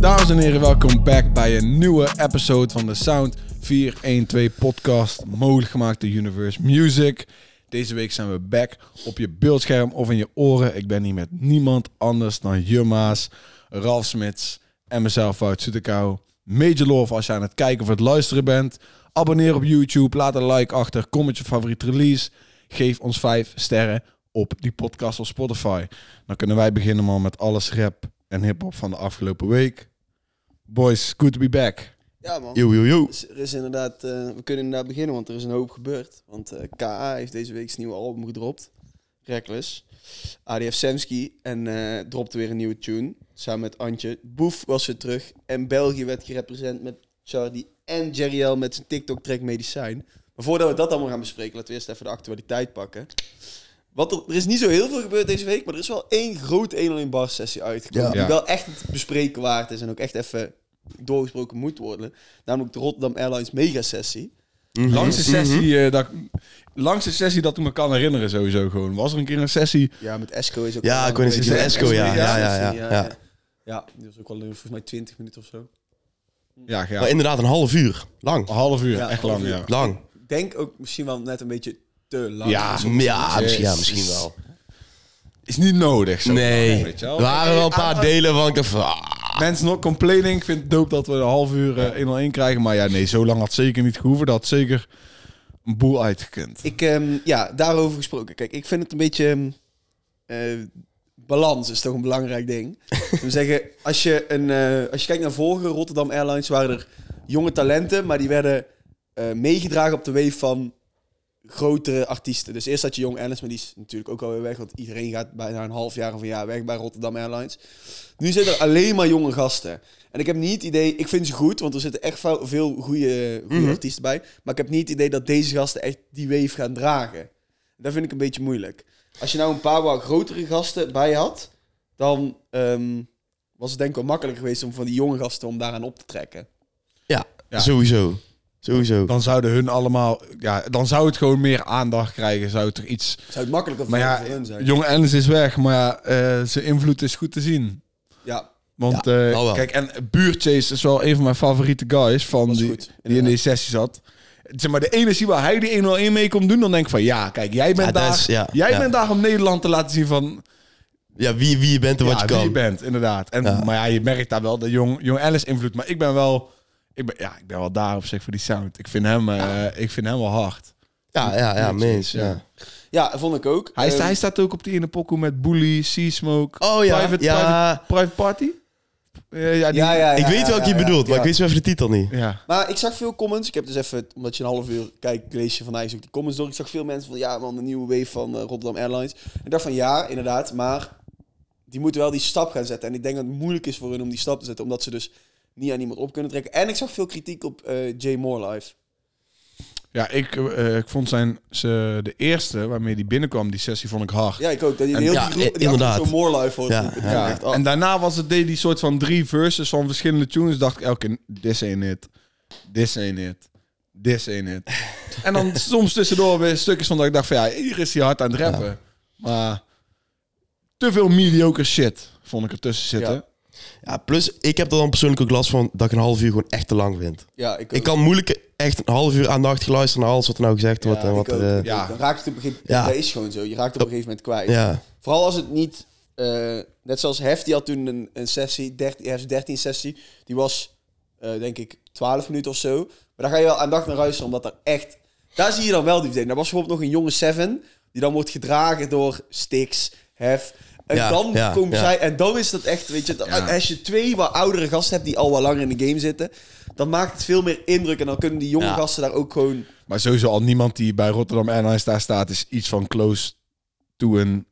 Dames en heren, welkom back bij een nieuwe episode van de Sound 412 podcast. Mogelijk gemaakt door Universe Music. Deze week zijn we back op je beeldscherm of in je oren. Ik ben hier met niemand anders dan Jumma's, Ralf Smits en mezelf, Wout Soetekau. Major love als je aan het kijken of het luisteren bent. Abonneer op YouTube, laat een like achter, comment je favoriete release. Geef ons 5 sterren op die podcast op Spotify. Dan kunnen wij beginnen man met alles rap en hip-hop van de afgelopen week. Boys, good to be back. Ja, man. Yo, yo, yo. Dus er is inderdaad, eh, we kunnen inderdaad beginnen, want er is een hoop gebeurd. Want eh, KA heeft deze week zijn nieuwe album gedropt, Reckless. ADF Semski en eh, dropte weer een nieuwe tune, samen met Antje. Boef was weer terug en België werd gerepresent met Charlie en Jerry L met zijn TikTok-track Medicijn. Maar voordat we dat allemaal gaan bespreken, laten we eerst even de actualiteit pakken. Wat er, er is niet zo heel veel gebeurd deze week, maar er is wel één grote 1 in bar sessie uitgekomen. Ja. Die Ja. wel echt het bespreken waard is en ook echt even doorgesproken moet worden. Namelijk de Rotterdam Airlines mega sessie. Mhm. Langste sessie, eh, dat, ik- langste sessie dat ik me kan herinneren sowieso gewoon. Was er een keer een sessie? Ja, met Esco is ook... Ja, ik wou net zeggen, Esco, ja, ja, ja, ja, ja. ja. Ja, die was ook wel eh, volgens mij 20 minuten of zo. Ja, ja. Maar inderdaad, een half uur. Lang. Een half uur, Ja, echt half lang. uur. Ja. Lang. Ik denk ook misschien wel net een beetje te lang. Ja. Ja, misschien, ja, Jezus. misschien wel. Is niet nodig. Zo Nee. Weet je Er wel? waren wel een paar delen waarvan ik dacht van... ah, Mensen nog complaining. Ik vind het dope dat we een half uur eh, 101 krijgen. Maar ja, nee, zo lang had zeker niet gehoeven. Dat had zeker een boel uitgekund. Ik, ehm, ja, daarover gesproken. Kijk, ik vind het een beetje... ehm, eh, balans is toch een belangrijk ding. Ik wil zeggen, als je, een, eh, als je kijkt naar vorige Rotterdam Airlines... waren er jonge talenten, maar die werden eh, meegedragen op de wave van grotere artiesten. Dus eerst had je Young Airlines, maar die is natuurlijk ook alweer weg. Want iedereen gaat bijna een half jaar of een jaar weg bij Rotterdam Airlines. Nu zitten er alleen maar jonge gasten. En ik heb niet het idee... Ik vind ze goed, want er zitten echt vou- veel goede Mhm. artiesten bij. Maar ik heb niet het idee dat deze gasten echt die wave gaan dragen. Dat vind ik een beetje moeilijk. Als je nou een paar wat grotere gasten bij had... dan ehm, was het denk ik wel makkelijker geweest... om van die jonge gasten om daaraan op te trekken. Ja, Ja. sowieso. Sowieso. Dan zouden hun allemaal... Ja, dan zou het gewoon meer aandacht krijgen. Zou het er iets... Zou het makkelijker voor Maar ja, hen zijn? Jong Ennis is weg. Maar ja, eh, zijn invloed is goed te zien. Ja, Want Ja, eh, nou wel. kijk, en Buurtchase is wel een van mijn favoriete guys van Was die, goed, die in die inderdaad. sessie zat. Zeg maar de energie waar hij die 101 mee komt doen, dan denk ik van ja, kijk, jij bent Ja, dat daar, is- ja, jij ja. bent daar om Nederland te laten zien van Ja, wie, wie je bent en wat ja, je wie je kan. bent, inderdaad. En, Ja. Maar ja, je merkt daar wel de jong, jong Alice invloed. Maar ik ben wel, ik ben, ja, ik ben wel daar op zich voor die sound. Ik vind hem, eh, ik vind hem wel hard. Ja, ja, ja, mens. Ja. Eh, ja vond ik ook. Hij, sta- Ehm, hij staat ook op die ene pokoe met Bully, Sea Smoke, Oh ja, private, ja. private, Private party. Eh, ja, die- ja, ja, ja, Ik weet ja, welke ja, je ja, bedoelt, maar ja. ik weet zo even de titel niet. ja. Maar ik zag veel comments. Ik heb dus even, omdat je een half uur kijkt, lees je van IJs ook die comments door. Ik zag veel mensen van, ja man, de nieuwe wave van eh, Rotterdam Airlines. Ik dacht van, ja, inderdaad, maar die moeten wel die stap gaan zetten. En ik denk dat het moeilijk is voor hun om die stap te zetten, omdat ze dus niet aan iemand op kunnen trekken. En ik zag veel kritiek op eh Jay Moore live. Ja, ik, eh, ik vond zijn, ze, de eerste waarmee die binnenkwam, die sessie vond ik hard. Ja, ik ook. Dat die En heel ja, die groep, die inderdaad. had Zo Moore live voor. Ja, Ja, ja. Ja, echt, oh, En daarna was het, deed die soort van drie verses van verschillende tunes. Dacht ik elke keer, this ain't it, this ain't it, this ain't it. en dan soms tussendoor weer stukjes van dat ik dacht van, ja, hier is hij hard aan het rappen. Maar te veel mediocre shit vond ik ertussen zitten. Ja. Ja, plus, ik heb er dan persoonlijk ook last van dat ik een half uur gewoon echt te lang vind. ja, ik ook. Ik kan moeilijk echt een half uur aandacht geluisteren naar alles wat er nou gezegd wordt. Ja, en ik wat ook, er, ik eh, ja. ook. Dan raak je het op een gegeven Ja. Dat is gewoon zo. Je raakt het op een gegeven moment kwijt. ja. Vooral als het niet... eh, net zoals Hefty had toen een, een sessie, 13, Hefty 13 sessie. Die was, eh, denk ik, 12 minuten of zo. Maar daar ga je wel aandacht naar luisteren, omdat er echt... Daar zie je dan wel die verdeling. Daar was bijvoorbeeld nog een jonge Seven, die dan wordt gedragen door Stix, Hef. En Ja, dan ja, komen ja. zij... En dan is dat echt, weet je... dat- Ja. Als je twee wat oudere gasten hebt die al wat langer in de game zitten... dan maakt het veel meer indruk. En dan kunnen die jonge Ja. gasten daar ook gewoon... Maar sowieso al niemand die bij Rotterdam Airlines daar staat, is iets van close to een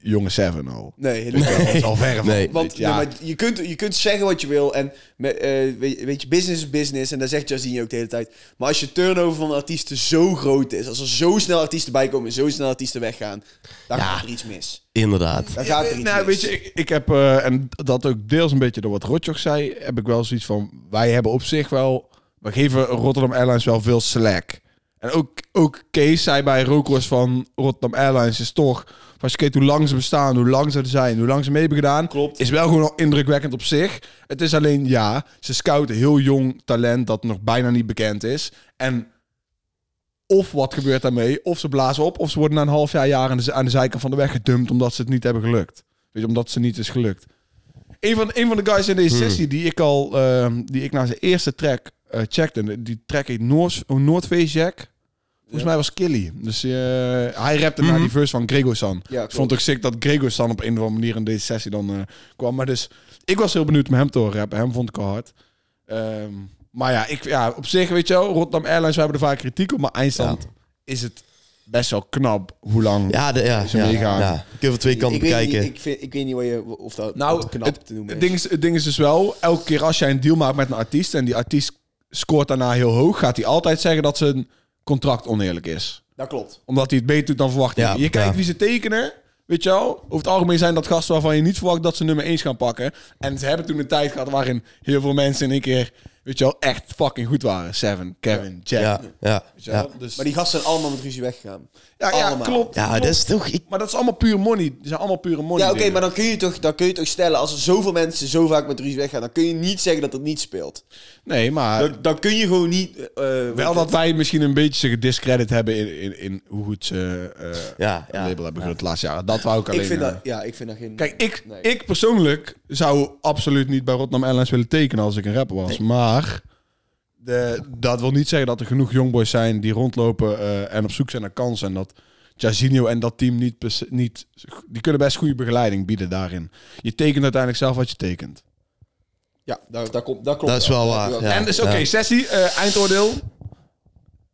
jonge seven al. Nee, Dus helemaal- dat is al ver van. Nee. Want Weet je, ja. nee, maar je, kunt, je kunt zeggen wat je wil. En me- eh, weet, weet je, business is business. En daar zegt Jazine ook de hele tijd. Maar als je turnover van artiesten zo groot is. Als er zo snel artiesten bijkomen. En zo snel artiesten weggaan. Dan Ja. gaat er iets mis. Inderdaad. Dan gaat er iets nou, mis. weet je, ik, ik heb, eh, en dat ook deels een beetje door wat Rotjoch zei, heb ik wel zoiets van, wij hebben op zich wel, we geven Rotterdam Airlines wel veel slack. En ook, ook Kees zei bij Rokos van Rotterdam Airlines is toch, als je kijkt hoe lang ze bestaan, hoe lang ze er zijn, hoe lang ze mee hebben gedaan, Klopt. is wel gewoon al indrukwekkend op zich. Het is alleen, ja, ze scouten heel jong talent dat nog bijna niet bekend is. En of wat gebeurt daarmee, of ze blazen op, of ze worden na een half jaar, jaar aan, de, aan de zijkant van de weg gedumpt omdat ze het niet hebben gelukt. Weet je, omdat ze niet is gelukt. Een van, een van de guys in Hmm. deze sessie die ik al, ehm, die ik na zijn eerste track eh, checkte, en die track heet Noord, Noordface Jack. Volgens mij was Killy. Dus eh, hij rapte naar die verse van Grego-san. Mhm. Ja, Dus vond klopt. ik sick dat Grego-san op een of andere manier in deze sessie dan eh, kwam. Maar dus, ik was heel benieuwd om hem te horen rappen. Hem vond ik al hard. Ehm, maar ja, ik, ja, op zich, weet je wel, Rotterdam Airlines, we hebben er vaak kritiek op. Maar eindstand is het best wel knap hoe lang. Ja, de, ja, Zo ja, meegaan. ja. Kun je van twee kanten ik weet bekijken. Niet, ik, vind, ik weet niet wat je, of dat Nou, nou, knap het- te noemen Het is. ding is, het ding is dus wel, elke keer als jij een deal maakt met een artiest en die artiest scoort daarna heel hoog, gaat hij altijd zeggen dat zijn contract oneerlijk is. Dat klopt. Omdat hij het beter doet dan verwacht. hij. Ja, je kijkt ja. wie ze tekenen. Weet je wel? Over het algemeen zijn dat gasten waarvan je niet verwacht dat ze nummer 1 gaan pakken. En ze hebben toen een tijd gehad waarin heel veel mensen in één keer, weet je wel, echt fucking goed waren. Seven, Kevin, Jack. ja, ja, Weet je ja. wel? Dus, Maar die gasten zijn allemaal met ruzie weggegaan. ja, ja, allemaal. klopt. ja, klopt. dat is toch... Ik, Maar dat is allemaal puur money. Dat zijn allemaal pure money. Ja, oké, dingen. maar dan kun, je toch, dan kun je toch stellen, als er zoveel mensen zo vaak met ruzie weggaan, dan kun je niet zeggen dat het niet speelt. Nee, maar... Dan, dan kun je gewoon niet... eh, eh, Wel dat wij misschien een beetje gediscredit hebben in, in, in hoe goed ze eh ja, een ja. label hebben gedaan het laatste jaar. Dat wou ik alleen. ik vind eh, dat, ja, ik vind dat geen... Kijk, ik, Nee. ik persoonlijk zou absoluut niet bij Rotterdam Airlines willen tekenen als ik een rapper was. Maar de, dat wil niet zeggen dat er genoeg jongboys zijn die rondlopen eh, en op zoek zijn naar kansen. En dat Jairzinho en dat team niet, per se- niet... Die kunnen best goede begeleiding bieden daarin. Je tekent uiteindelijk zelf wat je tekent. Ja, daar, daar, komt, daar klopt Dat is wel waar, ja. en dus oké, ja. sessie, eh, eindoordeel.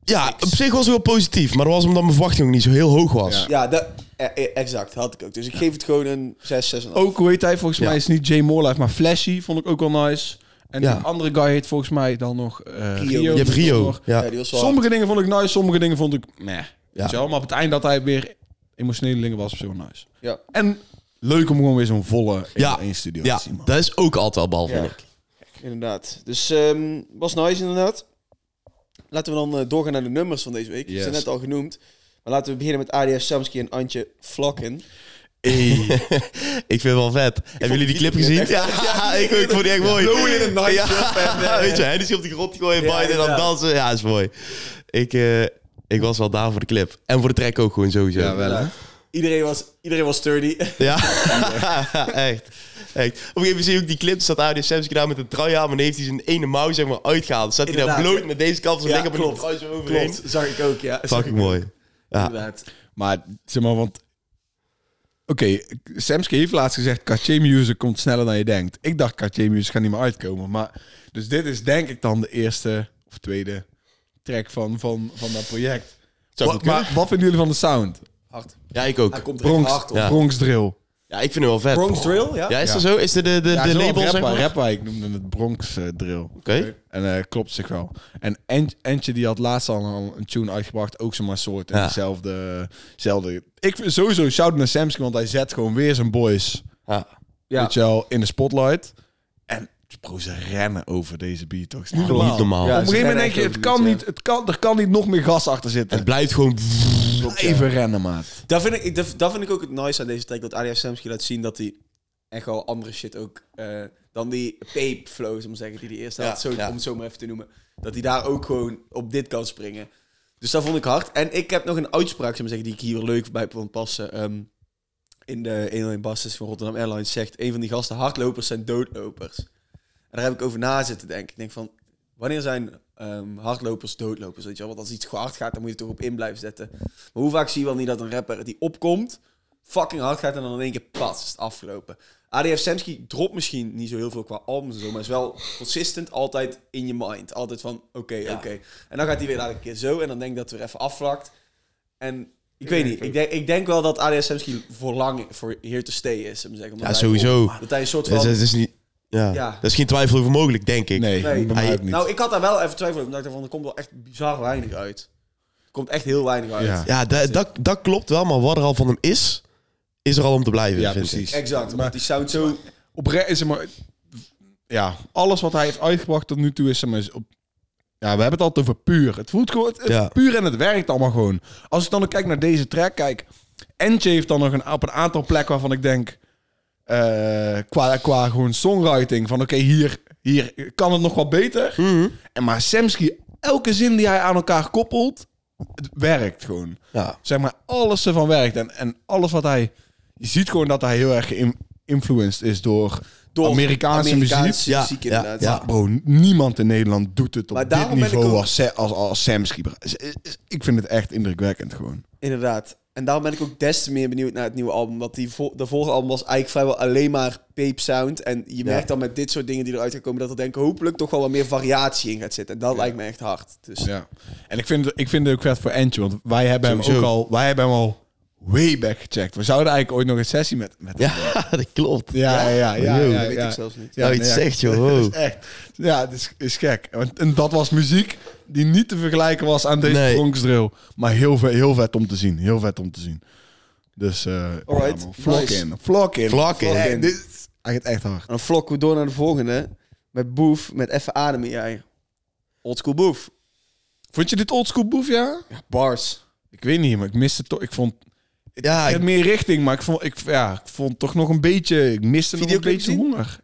Ja, op zich was het wel positief. Maar dat was omdat mijn verwachting ook niet zo heel hoog was. Ja. Ja, dat, eh, eh, exact, had ik ook. Dus ik geef het gewoon een 6, 6 en Ook, hoe heet hij? Volgens Ja. mij is het niet Jay Morlife, maar Flashy vond ik ook wel nice. En Ja. die andere guy heet volgens mij dan nog eh, Rio. Rio. Je hebt Rio. Ja. Ja, die was wel Sommige dingen vond ik nice, sommige dingen vond ik meh. Ja. Weet je wel? Maar op het eind dat hij weer emotionele dingen was, was heel nice. Ja. En leuk om gewoon weer zo'n volle Ja. 1 studio Ja, te zien. man. dat is ook altijd wel bal, Ja. vind ik. Inderdaad. Dus ehm, was nice inderdaad. Laten we dan eh, doorgaan naar de nummers van deze week. Die zijn Yes. net al genoemd. Maar laten we beginnen met ADF Samsky en Antje Vlakken. Ik vind het wel vet. Hebben jullie die clip gezien? Ja, ik, ook, ik vond die echt mooi. Blow in a night shop en, Ja, eh, weet je, Hennessy op die grond Ja, gooien, Biden aan het inderdaad. dansen. Ja, is mooi. Ik, eh, ik was wel daar voor de clip. En voor de track ook gewoon sowieso. Ja, wel hè? Iedereen was, iedereen was sturdy. Ja, echt. echt. Op een gegeven moment zie je ook die clip. Staat Audio Samsky daar met een trui aan. Maar dan heeft hij zijn ene mouw zeg maar uitgehaald. Staat hij daar Inderdaad. bloot met deze kant van zijn Ja, lichaam en die klopt. trui zo overheen. Klopt, zag ik ook, ja. Zag Fucking mooi. Ja. Inderdaad. Maar zeg maar, want... Oké, Samsky heeft laatst gezegd... Cartier Music komt sneller dan je denkt. Ik dacht Cartier Music gaat niet meer uitkomen. Maar, dus dit is denk ik dan de eerste of tweede track van, van, van dat project. Wat, Zou goed kunnen. maar wat vinden jullie van de sound? Hard. Ja, ik Hij ook. komt er echt Bronx, hard op. Ja. Bronx Drill. Ja, ik vind hem wel vet. Bronx Drill, ja? Ja, is dat zo? Is dit de, de, Ja, de zoals label, Rapwijk- zeg maar? Rapwijk noemde het Bronx eh, Drill. Oké. En eh, klopt zich wel. En Ent- Entje die had laatst al een, een tune uitgebracht, ook zomaar soort. En Ja. dezelfde, zelfde. Ik vind sowieso shout naar Samsky, want hij zet gewoon weer zijn boys, Ja. Ja. weet je wel, in de spotlight. En bro, ze rennen over deze beat, toch? Is niet Gewoon normaal. Niet normaal. Ja. Op een gegeven moment denk je, het kan niet, het kan, er kan niet nog meer gas achter Het zitten. blijft gewoon... Even rennen, maat. Dat vind, ik, dat, dat vind ik ook het nice aan deze track. Dat ADF Samsky laat zien dat hij echt wel andere shit ook... eh, dan die pape flows, om te zeggen, die hij eerst Ja, had. Zo, ja. Om het zo maar even te noemen. Dat hij daar ook gewoon op dit kan springen. Dus dat vond ik hard. En ik heb nog een uitspraak, zou ik maar zeggen, die ik hier leuk bij vond passen. Ehm, in de 101 Bastards van Rotterdam Airlines zegt... Een van die gasten, hardlopers zijn doodlopers. En daar heb ik over na zitten denken. Ik denk van, wanneer zijn ehm, hardlopers doodlopers? Weet je wel? Want als iets gewoon hard gaat, dan moet je het toch op in blijven zetten. Maar hoe vaak zie je wel niet dat een rapper die opkomt, fucking hard gaat en dan in één keer pas is het afgelopen. ADF Samsky dropt misschien niet zo heel veel qua albums en zo, maar is wel consistent altijd in je mind. Altijd van, oké, oké. En dan gaat hij weer later een keer zo en dan denk ik dat het weer even afvlakt. En ik weet niet, ik denk, ik denk wel dat ADF Samsky voor lang voor here to stay is. om te zeggen. Omdat Ja, hij- sowieso. Dat hij een soort Dat is, van... dat is niet... Ja. Ja. Dat is geen twijfel over mogelijk, denk ik. Nee, Nee. bij mij Hij- ook niet. Nou, ik had daar wel even twijfel over. omdat Ik dacht van, er komt wel echt bizar weinig uit. Er komt echt heel weinig uit. Ja. Ja, dat, dat, dat klopt wel. Maar wat er al van hem is, is er al om te blijven, Ja, vind ik. precies. Exact, Maar- maar die sound zo... oprecht is maar ja alles wat hij heeft uitgebracht tot nu toe is hem is op ja we hebben het altijd over puur het voelt gewoon het, het Ja. puur en het werkt allemaal gewoon als ik dan ook kijk naar deze track kijk Entje heeft dan nog een, op een aantal plekken waarvan ik denk... eh, qua, qua gewoon songwriting. Van oké, hier, hier kan het nog wat beter. En maar Semski, elke zin die hij aan elkaar koppelt... Het werkt gewoon. Ja. Zeg maar, alles ervan werkt. En, en alles wat hij... Je ziet gewoon dat hij heel erg geïnfluenced is door, Door Amerikaanse, muziek. Amerikaanse Ja, muziek ja, inderdaad. ja. Ja, bro, niemand in Nederland doet het op Maar dit daarom ben ik niveau ook- als, Sa- als, als Sam Schieber. Is- is- is- Ik vind het echt indrukwekkend gewoon. Inderdaad. En daarom ben ik ook des te meer benieuwd naar het nieuwe album. Want die vo- de vorige album was eigenlijk vrijwel alleen maar peep sound. En je merkt dan met dit soort dingen die eruit gaan komen... dat er denk ik hopelijk toch wel wat meer variatie in gaat zitten. En dat lijkt me echt hard. Dus Ja. En ik vind, het- ik vind het ook vet voor Antje, want wij hebben hem Sowieso. ook al, wij hebben hem al way back gecheckt. We zouden eigenlijk ooit nog een sessie met, met hem- Ja, dat klopt. Ja, ja, ja. ja, Yo, ja, dat weet ja. ik zelfs niet. Ja, nou, nee, iets ja. zegt, joh. wow. Dat is echt. Ja, dat is, is gek. Want, en dat was muziek die niet te vergelijken was aan deze Nee. Bronxdrill. Maar heel vet, heel vet om te zien. Heel vet om te zien. Dus, eh Alright. ja, man. Flock Nice. in. Flock in. Vlak in. Vlak Hey, in. dit is eigenlijk echt hard. En dan vlokken we door naar de volgende. Met Boef, met even ademen jij. Oldschool Boef. Vond je dit oldschool boef, ja? Bars. Ik weet niet, maar ik miste toch... Ik vond... Ik Ja, had ik- meer richting, maar ik vond, ik, ja, ik vond toch nog een beetje... Ik miste nog een Videoclip beetje gezien? honger.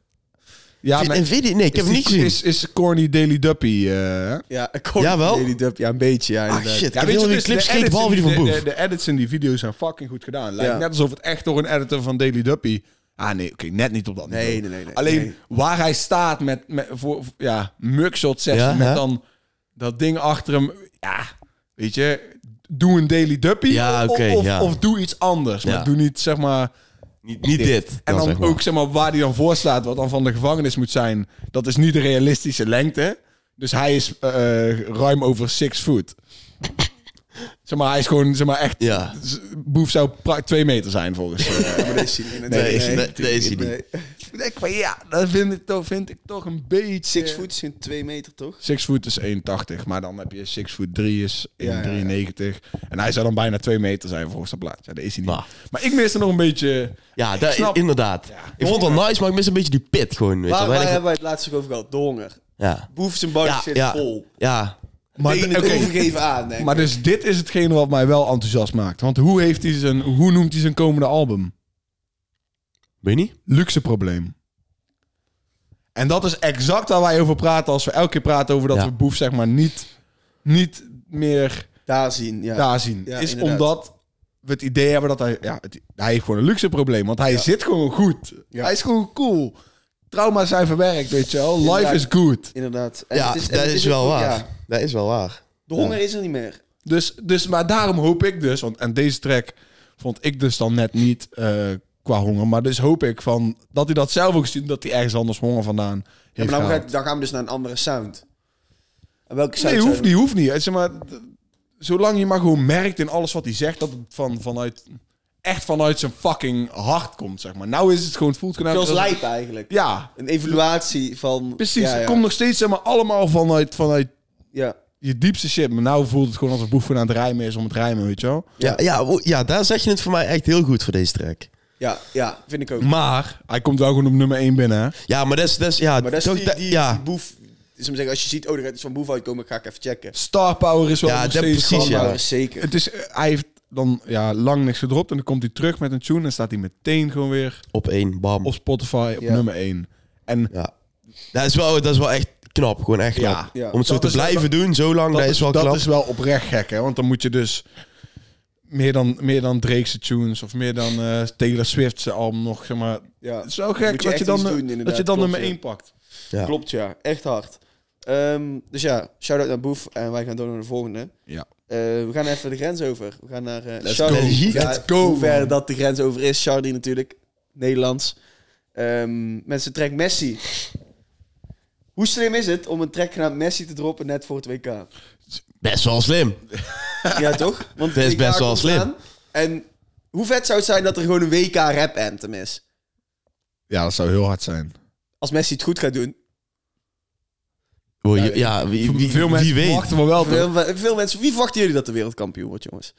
Ja, Vind- maar en weet je- nee, ik is heb hem niet die- gezien. Is, is Corny Daily Duppy... eh, Ja, Jawel. Daily Dub. Ja, een beetje. Ja, ah, inderdaad. shit. Ja, ik weet heb je, heel die dus clips de gekeken, edits behalve die in van Boef. de- De, de edits in die video's zijn fucking goed gedaan. Lijkt Ja. net alsof het echt door een editor van Daily Duppy... Ah nee, oké, net niet op dat Nee, niveau. nee, nee, nee. Alleen Nee. waar hij staat met, met voor, voor- ja, mugshot sessie Ja, met hè? dan dat ding achter hem. Ja, weet je, doe een Daily Duppy Ja, o- oké, of, ja. of doe iets anders. Ja. Maar doe niet, zeg maar... Niet, niet dit. En dan, zeg maar. ook zeg maar, waar hij dan voor staat, wat dan van de gevangenis moet zijn. Dat is niet de realistische lengte. Dus hij is eh, ruim over six foot. zeg maar, hij is gewoon zeg maar, echt... Ja. z- Boef zou pra- twee meter zijn volgens eh. mij. Ja, maar deze zie je niet. Nee, nee, nee, deze zie je Nee. ik denk van ja, dat vind ik toch, vind ik toch een beetje... Six foot is geen twee meter, toch? Six foot is 1,80. Maar dan heb je six foot 3 is 1,93. Ja, ja, ja. En hij zou dan bijna twee meter zijn volgens dat plaatje. Ja, dat is hij niet. Maar- Maar ik miste nog een beetje... Ja, Ik daar- snap- inderdaad. Ik vond het wel nice, maar ik mis een beetje die pit gewoon. Weet je Waar, wel. waar Weinig- hebben wij het laatst ook over gehad? De honger. ja. Boef zijn buik Ja, zit ja, vol. ja. Maar Tegen het oké. overgeven aan, denk ik. Maar dus dit is hetgene wat mij wel enthousiast maakt. Want hoe, heeft hij zijn, hoe noemt hij zijn komende album? Weet je niet? Luxe probleem. En dat is exact waar wij over praten als we elke keer praten over dat Ja. we Boef zeg maar niet, niet meer Daar zien, ja. daar zien. Ja, is inderdaad. omdat we het idee hebben dat hij... Ja, het- hij heeft gewoon een luxe probleem, want hij zit gewoon goed. Ja. Hij is gewoon cool. Trauma's zijn verwerkt, weet je wel. Life Inderdaad. is good. Inderdaad. En Ja, het en dat het is wel ook- waar. ja. Dat is wel waar. De honger is er niet meer. Dus, dus, maar daarom hoop ik dus, want en deze track vond ik dus dan net niet eh, qua honger, maar dus hoop ik van dat hij dat zelf ook ziet, dat hij ergens anders honger vandaan Ja, heeft maar dan, gehaald. gaat- dan gaan we dus naar een andere sound. En welke sound Nee, zou- hoeft niet, hoeft niet. Zeg maar, d- zolang je maar gewoon merkt in alles wat hij zegt, dat het van, vanuit, echt vanuit zijn fucking hart komt, zeg maar. Nou is het gewoon, het voelt gewoon... Zoals lijp eigenlijk. Ja, Een evaluatie van... precies. Ja, ja. Het komt nog steeds zeg maar, allemaal vanuit, vanuit Ja. je diepste shit, maar nou voelt het gewoon als een boef gewoon aan het rijmen is om het rijmen, weet je wel. Ja, ja, wo- ja, daar zeg je het voor mij echt heel goed voor deze track. Ja, ja, vind ik ook. Maar hij komt wel gewoon op nummer 1 binnen, hè. Ja, maar dat is... dat is- Ja, Maar dat is toch- die, dat- die, ja. die boef... Dus om te zeggen, als je ziet, oh, er gaat iets van boef uitkomen, ga ik even checken. Star power is wel Ja, nog dat steeds precies, gewoon- ja. Maar zeker. Het is, eh, hij heeft dan ja, lang niks gedropt en dan komt hij terug met een tune en staat hij meteen gewoon weer Op één, bam. op Spotify op Ja. nummer 1. En Ja. Dat is, wel, dat is wel echt knap. Gewoon echt Ja. knap. Ja. Om het zo Dat te is- blijven doen, zo lang, dat, is wel dat knap. is wel oprecht gek, hè? Want dan moet je dus meer dan, meer dan Drake's tunes of meer dan eh, Taylor Swift's album nog, zeg maar. Ja. Het is wel Moet gek je dat, echt je dan, iets doen, eh, dat inderdaad. je dan Klopt, nummer ja. 1 pakt. Ja. Klopt, ja. Echt hard. Ehm, dus ja, shout-out naar Boef. En wij gaan door naar de volgende. Ja. Eh, we gaan even de grens over. We gaan naar... eh Let's go. Let's go, Hoe ver man. dat de grens over is. Charlie natuurlijk. Nederlands. Ehm mensen, track Messi. Hoe slim is het om een track genaamd Messi te droppen net voor het WK? Best wel slim. Ja, toch? Want Dat is WK best wel komt slim. aan. En hoe vet zou het zijn dat er gewoon een WK-rap-anthem is? ja, dat zou heel hard zijn. Als Messi het goed gaat doen. Oh, je- Ja, wie, wie, Veel wie mensen weet. verwachten wel wel. toch? Veel, veel mensen... Wie verwachten jullie dat de wereldkampioen wordt, jongens?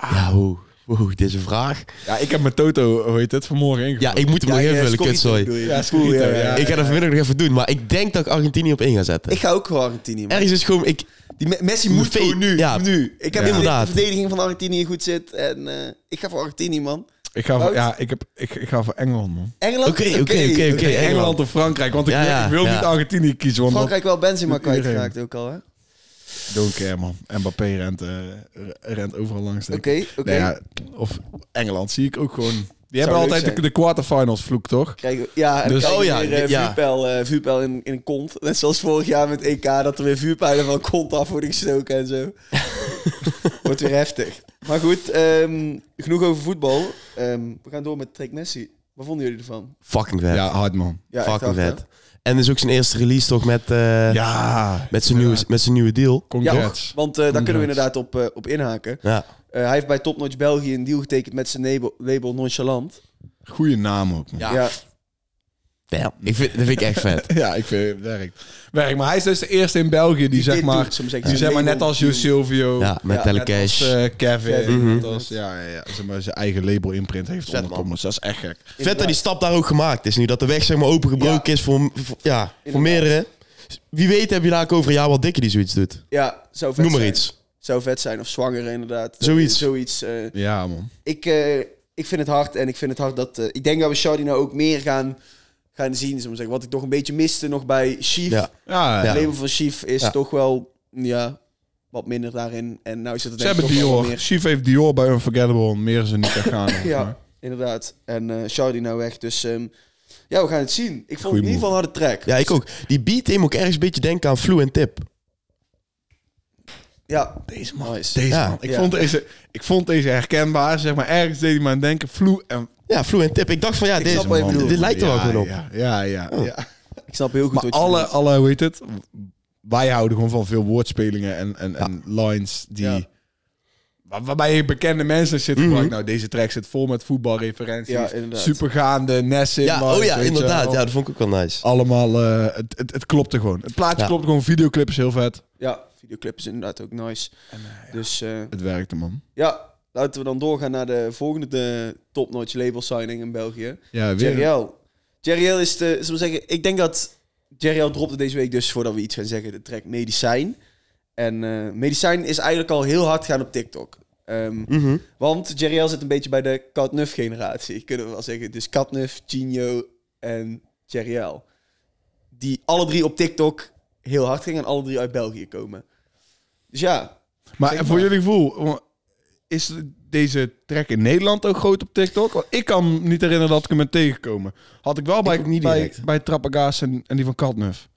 Ja, hoe? Wow, dit is een vraag. Ja, ik heb mijn Toto, hoe heet het, vanmorgen ingevuld. Ja, ik moet hem nog invullen, kutzooi. Ja, Scorito, ja, ja. ik ga dat vanmiddag nog even doen, maar ik denk dat ik Argentinië op in ga zetten. Ik ga ook voor Argentinië. man. Ergens is gewoon... Ik, Die Me- Messi moet Fee- gewoon nu. ja. nu. Ik heb Ja. inderdaad Inderdaad. de verdediging van Argentinië goed zit. En eh, ik ga voor Argentinië, man. Ik ga voor, Wout? ja, ik, heb, ik, ik ga voor Engeland, man. Engeland? Oké, oké, oké, oké. Engeland. Engeland. of Frankrijk, want ik, Ja, ja, ik wil ja. niet Argentinië kiezen, want Frankrijk wel Benzema Doet iedereen. kwijtgeraakt ook al, hè? Oké, dat don't care, man. Mbappé rent, eh, re- rent overal langs. denk ik. oké. Nou ja, of Engeland zie ik ook gewoon... Die hebben leuk altijd de, zijn. de quarterfinals vloek, toch? Krijgen we- ja, en Dus- dan oh ja, krijgen we weer eh, ja. vuurpijl, eh, vuurpijl in, in kont. Net zoals vorig jaar met EK, dat er weer vuurpijlen van kont af worden gestoken en zo. Wordt weer heftig. Maar goed, ehm, genoeg over voetbal. Ehm, we gaan door met Trek Messi. Wat vonden jullie ervan? Fucking vet. Ja, hard, man. Ja, echt fucking hard, hè? vet. En dus ook zijn eerste release toch met, eh, Ja, met, zijn, nieuwe, met zijn nieuwe deal. Ja, congrats. want eh, daar kunnen we Congrats. inderdaad op, eh, op inhaken. Ja. Eh, hij heeft bij Topnotch België een deal getekend met zijn label, label Nonchalant. Goeie naam ook, man. Ja. Ja. Damn. Ik vind, dat vind ik echt vet. Ja, ik vind het werkt. Werkt, maar hij is dus de eerste in België die, zeg dit maar... doet, soms zeg Die zeg maar net als Jo Silvio, Ja, met Ja, net als, Telecash. eh, Kevin, Kevin. Mhm. net als, ja, ja, ja, zeg maar, zijn eigen label imprint heeft onder man. Thomas. Dat is echt gek. Vet dat die stap daar ook gemaakt is nu. Dat de weg zeg maar opengebroken is voor, voor, ja, voor meerdere. Wie weet heb je daar ook over een jaar wat dikker die zoiets doet. Ja, zou vet Noem maar zijn. iets. Zou vet zijn, of zwanger inderdaad. Dat- Zoiets. Zoiets. eh, Ja, man. ik, eh, ik vind het hard en ik vind het hard dat... eh, ik denk dat we Shardy nou ook meer gaan, gaan zien, zullen we zeggen. Wat ik toch een beetje miste nog bij Chief. Ja. Ja, Het ja. label van Chief is Ja. toch wel ja, wat minder daarin. En nou is het er Ze denk ik hebben toch wel wat Dior. meer. Chief heeft Dior bij Unforgettable. Meer is er niet aan gaan. Ja, inderdaad. En eh Shardy nou weg. Dus ehm, ja, we gaan het zien. Ik vond Goeie het in ieder geval een harde track. Ja, ik ook. Die beat deed me ook ergens een beetje denken aan Flu en Tip. Ja, Deze man. Nice. Deze Ja. man. Ik, Ja. vond deze, ik vond deze herkenbaar. Zeg maar, ergens deed hij me aan denken. Vloe en... Ja, Flu en Tip. Ik dacht van ja, snap dit, wat je dit, bedoelt. dit lijkt er wel Ja, gewoon op. Oh, Ja, ja, ja. ja. ik snap heel goed Maar wat je alle, bedoelt. alle, hoe heet het? Wij houden gewoon van veel woordspelingen en, en, en lines die... Ja. waar- Waarbij je bekende mensen zit Mhm. gebruikt. Nou, deze track zit vol met voetbalreferenties. Ja, inderdaad. Supergaande, Nessim. Ja, oh weet ja, je inderdaad. wel. Ja, dat vond ik ook wel nice. Allemaal, eh, het, het, het klopte gewoon. Het plaatje Ja. klopte gewoon. Videoclip is heel vet. Ja, videoclip is inderdaad ook nice. Dus eh, Het werkte, man. ja, laten we dan doorgaan naar de volgende topnotch label signing in België. Ja, weer. Jerry L. Jerry L is de, zullen we zeggen, ik denk dat Jerry L dropte deze week dus voordat we iets gaan zeggen, de track Medicijn. En eh, Medicijn is eigenlijk al heel hard gaan op TikTok. Ehm, Mhm. Want Jerry L zit een beetje bij de Katnuf generatie, kunnen we wel zeggen. Dus Katnuf, Gino en Jerry L. Die alle drie op TikTok heel hard gingen en alle drie uit België komen. Dus ja, Maar Zeg voor maar. jullie gevoel, is deze track in Nederland ook groot op TikTok? Want ik kan me niet herinneren dat ik hem ben tegengekomen. Had ik wel bij, ook niet bij, direct. bij Trappagaas en, en die van Katnuf.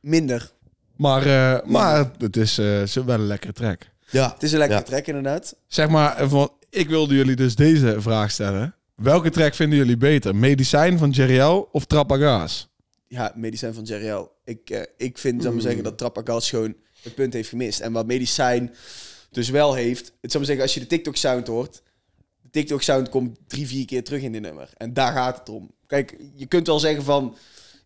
minder. Maar, eh, maar het is eh, ze- wel een lekkere track. Ja. Het is een lekkere Ja. track inderdaad. Zeg maar, eh, van, ik wilde jullie dus deze vraag stellen. Welke track vinden jullie beter? Medicijn van Jeriel of Trappagaas? Ja, medicijn van Jerry L. Ik, eh, ik vind, zou maar Mm. zeggen, dat Trappagas gewoon het punt heeft gemist. En wat medicijn dus wel heeft... Het zou maar zeggen, als je de TikTok-sound hoort... De TikTok-sound komt drie, vier keer terug in dit nummer. En daar gaat het om. Kijk, je kunt wel zeggen van...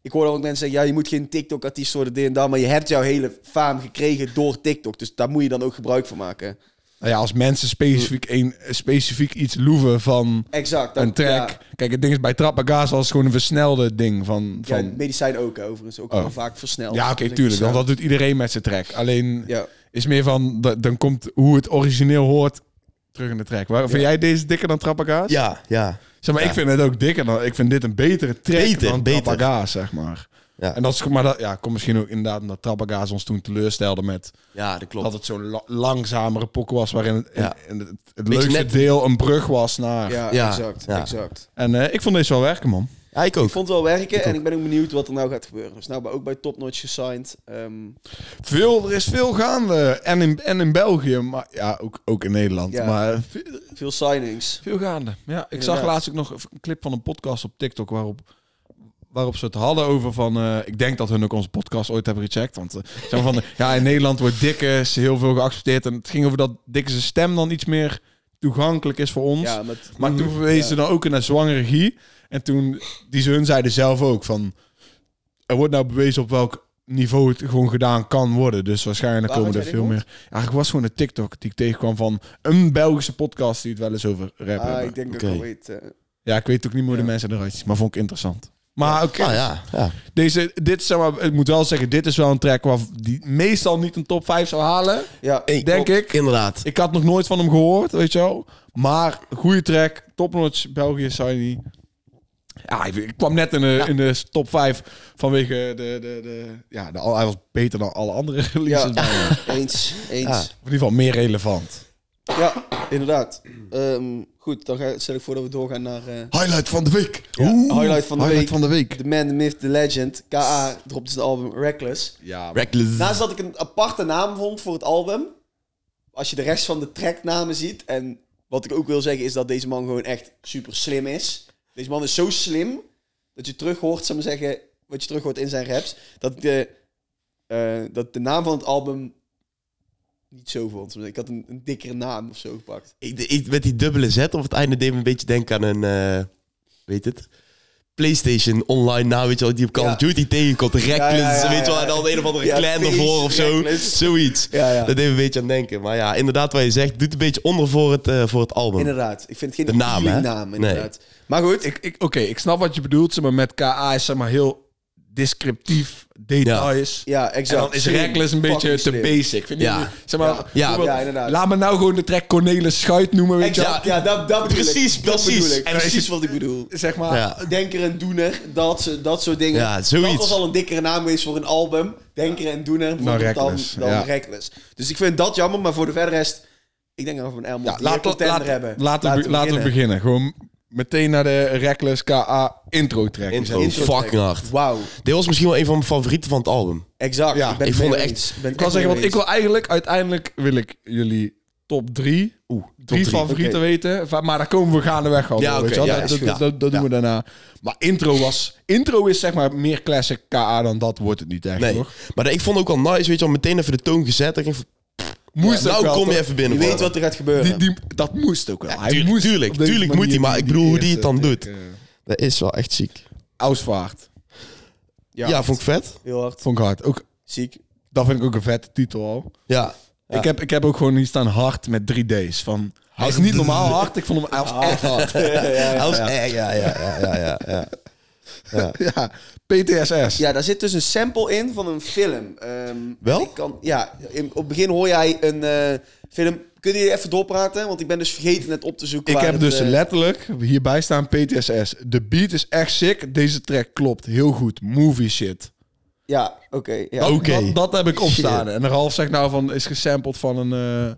Ik hoor ook mensen zeggen, ja, je moet geen TikTok-artiest worden, dit en dat. Maar je hebt jouw hele faam gekregen door TikTok. Dus daar moet je dan ook gebruik van maken. Nou ja, als mensen specifiek, een, specifiek iets loeven van Exact. dat- een track. Ja, Kijk, het ding is bij Trappagaas was het gewoon een versnelde ding van... ja, van medicijn ook, hè, overigens. Ook Oh. wel vaak versneld. Ja, oké, tuurlijk. Want dat doet iedereen met zijn track. Alleen Ja. is meer van, da- dan komt hoe het origineel hoort terug in de track. Waar, Vind jij deze dikker dan Trappagaas? Ja, ja. Zeg maar, Ja. ik vind het ook dikker dan... Ik vind dit een betere track Beter, dan beter. Trappagaas, zeg maar. Ja. En dat is, maar dat ja, komt misschien ook inderdaad omdat Trappagaas ons toen teleurstelde met... Ja, dat klopt. dat het zo'n la- langzamere pok was waarin het, Ja. in- in het, het Beetje leukste net- deel een brug was naar... Ja, Ja, exact. ja. exact. En eh, ik vond deze wel werken, man. Ja, ik ook. Ik vond het wel werken en ik ben ook benieuwd wat er nou gaat gebeuren. Dus nou, ook bij Topnotch gesigned. Ehm, Veel, er is veel gaande. En in, en in België, maar ja, ook, ook in Nederland. Ja. Maar eh, ve- veel signings. Veel gaande. Ja, ik Inderdaad. zag laatst ook nog een clip van een podcast op TikTok waarop, waarop ze het hadden over van... eh, ik denk dat hun ook onze podcast ooit hebben gecheckt. Want eh, zeg maar van, ja, in Nederland wordt Dikkes heel veel geaccepteerd. En het ging over dat Dikke zijn stem dan iets meer toegankelijk is voor ons. Ja, met, Mhm. Maar toen verwezen ze dan ook naar zwangere Guy. En toen, die ze hun zeiden zelf ook van... Er wordt nou bewezen op welk niveau het gewoon gedaan kan worden. Dus waarschijnlijk Waar komen had er jij veel dit meer. Eigenlijk was gewoon een TikTok die ik tegenkwam van een Belgische podcast die het wel eens over rap Ah, hebben. ik denk dat Oké. ik al weet. eh, Ja, ik weet ook niet meer hoe de mensen eruit zien, maar vond ik interessant. Maar oké, Ah, Nou ja, ja. deze, dit zeg maar, ik moet wel zeggen, dit is wel een track waar die meestal niet een top 5 zou halen. ja, Hey, Denk klopt. ik. Inderdaad. Ik had nog nooit van hem gehoord, weet je wel. Maar goede track, topnotch, België, Shiny. Ja, ik, ik kwam net in de, in de top 5 vanwege de, de, de... Ja, de, hij was beter dan alle andere releases. Ja. bijna. Of eens. Ja. eens. in ieder geval meer relevant. Ja, inderdaad. Ehm, goed, dan ga, stel ik voor dat we doorgaan naar eh, Highlight van de week. highlight van de week. van de week. The Man, The Myth, The Legend. K.A. dropt zijn album Reckless. Ja, Nou, Reckless. Naast dat ik een aparte naam vond voor het album, als je de rest van de tracknamen ziet, en wat ik ook wil zeggen is dat deze man gewoon echt super slim is. Deze man is zo slim, dat je terug hoort, zal ik maar zeggen, wat je terug hoort in zijn raps, dat de, eh, dat de naam van het album niet zo vond. zal Ik maar zeggen. Ik had een, een dikkere naam of zo gepakt. Ik, ik- met die dubbele Z op het einde deed me een beetje denken aan een... eh, weet het? PlayStation online, nou weet je wel, die op Call Ja. of Duty tegenkomt. Reckless, Ja, ja, ja, weet je wel, ja. en dan een of andere Ja, clan ervoor of zo. Reckless. Zoiets. Ja, ja. Dat deed me een beetje aan denken. Maar ja, inderdaad wat je zegt, doet een beetje onder voor het, eh, voor het album. Inderdaad. Ik vind het De geen naam, hè? naam, naam inderdaad. Maar goed, ik, ik, Oké, ik snap wat je bedoelt, zeg maar met KA is zeg maar heel descriptief, details. ja, En exact. dan is Slim. Reckless een beetje Fucking te slim. basic. Vind je Ja. niet? Zeg maar, bijvoorbeeld, Ja, inderdaad. Laat me nou gewoon de track Cornelis Schuit noemen, weet je wel. Exact, ja, dat, dat bedoel ik. Precies, Dat precies. bedoel ik. En Precies als wat ik bedoel. Zeg maar, Ja. Denker en doener, dat, ze- dat soort dingen. Ja, zoiets. Dat was al een dikkere naam geweest voor een album. Denker en doener, bijvoorbeeld dan, Reckless, dan ja. Reckless. Dus ik vind dat jammer, maar voor de verder rest... Ik denk dat we van Elmo Ja, ja, laat- contender laat- hebben. Laten, we, laten we beginnen. Gewoon meteen naar de Reckless KA intro track. Intro. Ik Intro Fucking track. hard. Wauw, Dit was misschien wel een van mijn favorieten van het album. exact. Ja, ben ik het vond mee het eens. echt- Ben het kan echt zeggen, want mee ik wil eigenlijk, uiteindelijk wil ik jullie top drie, Oeh, drie favorieten weten. Va- Maar daar komen we gaandeweg al. Ja, door, oké, weet je wel. ja, dat, is dat, goed. dat, dat doen we daarna. Maar intro was, intro is zeg maar meer classic KA dan dat wordt het niet echt, Nee. toch? Maar dat- ik vond ook wel nice, weet je wel, meteen even de toon gezet. Ik denk van, Moest ook nou wel, kom je toch? even eens. binnen. Je weet vallen. wat er gaat gebeuren. Die, die, dat moest ook wel. hij tuurlijk, moest tuurlijk, op deze tuurlijk moet manier hij, maar die- ik bedoel hoe die eerste het dan tik, doet. eh, Dat is wel echt ziek. Ausvaart. Ja, vond ik vet. Heel hard. Vond ik hard. Ook, Ziek. dat vind ik ook een vette titel al. Ja. Ik, heb, ik heb ook gewoon hier staan hard met 3D's. Van, hij is niet normaal hard. Ah, Ik vond hem hij was echt hard. Ja, ja, ja, ja, ja, ja, ja. ja, PTSS. Ja, daar zit dus een sample in van een film. Ehm, Wel? Ik kan, ja, in- op het begin hoor jij een eh, film. Kunnen jullie even doorpraten? Want ik ben dus vergeten het op te zoeken. Ik waar heb het, dus eh, letterlijk hierbij staan PTSS. De beat is echt sick. Deze track klopt heel goed. Movie shit. Ja, oké. ja. Dat, Oké. dat, dat heb ik opstaan. Shit. En Ralf zegt nou van is gesampled van een eh,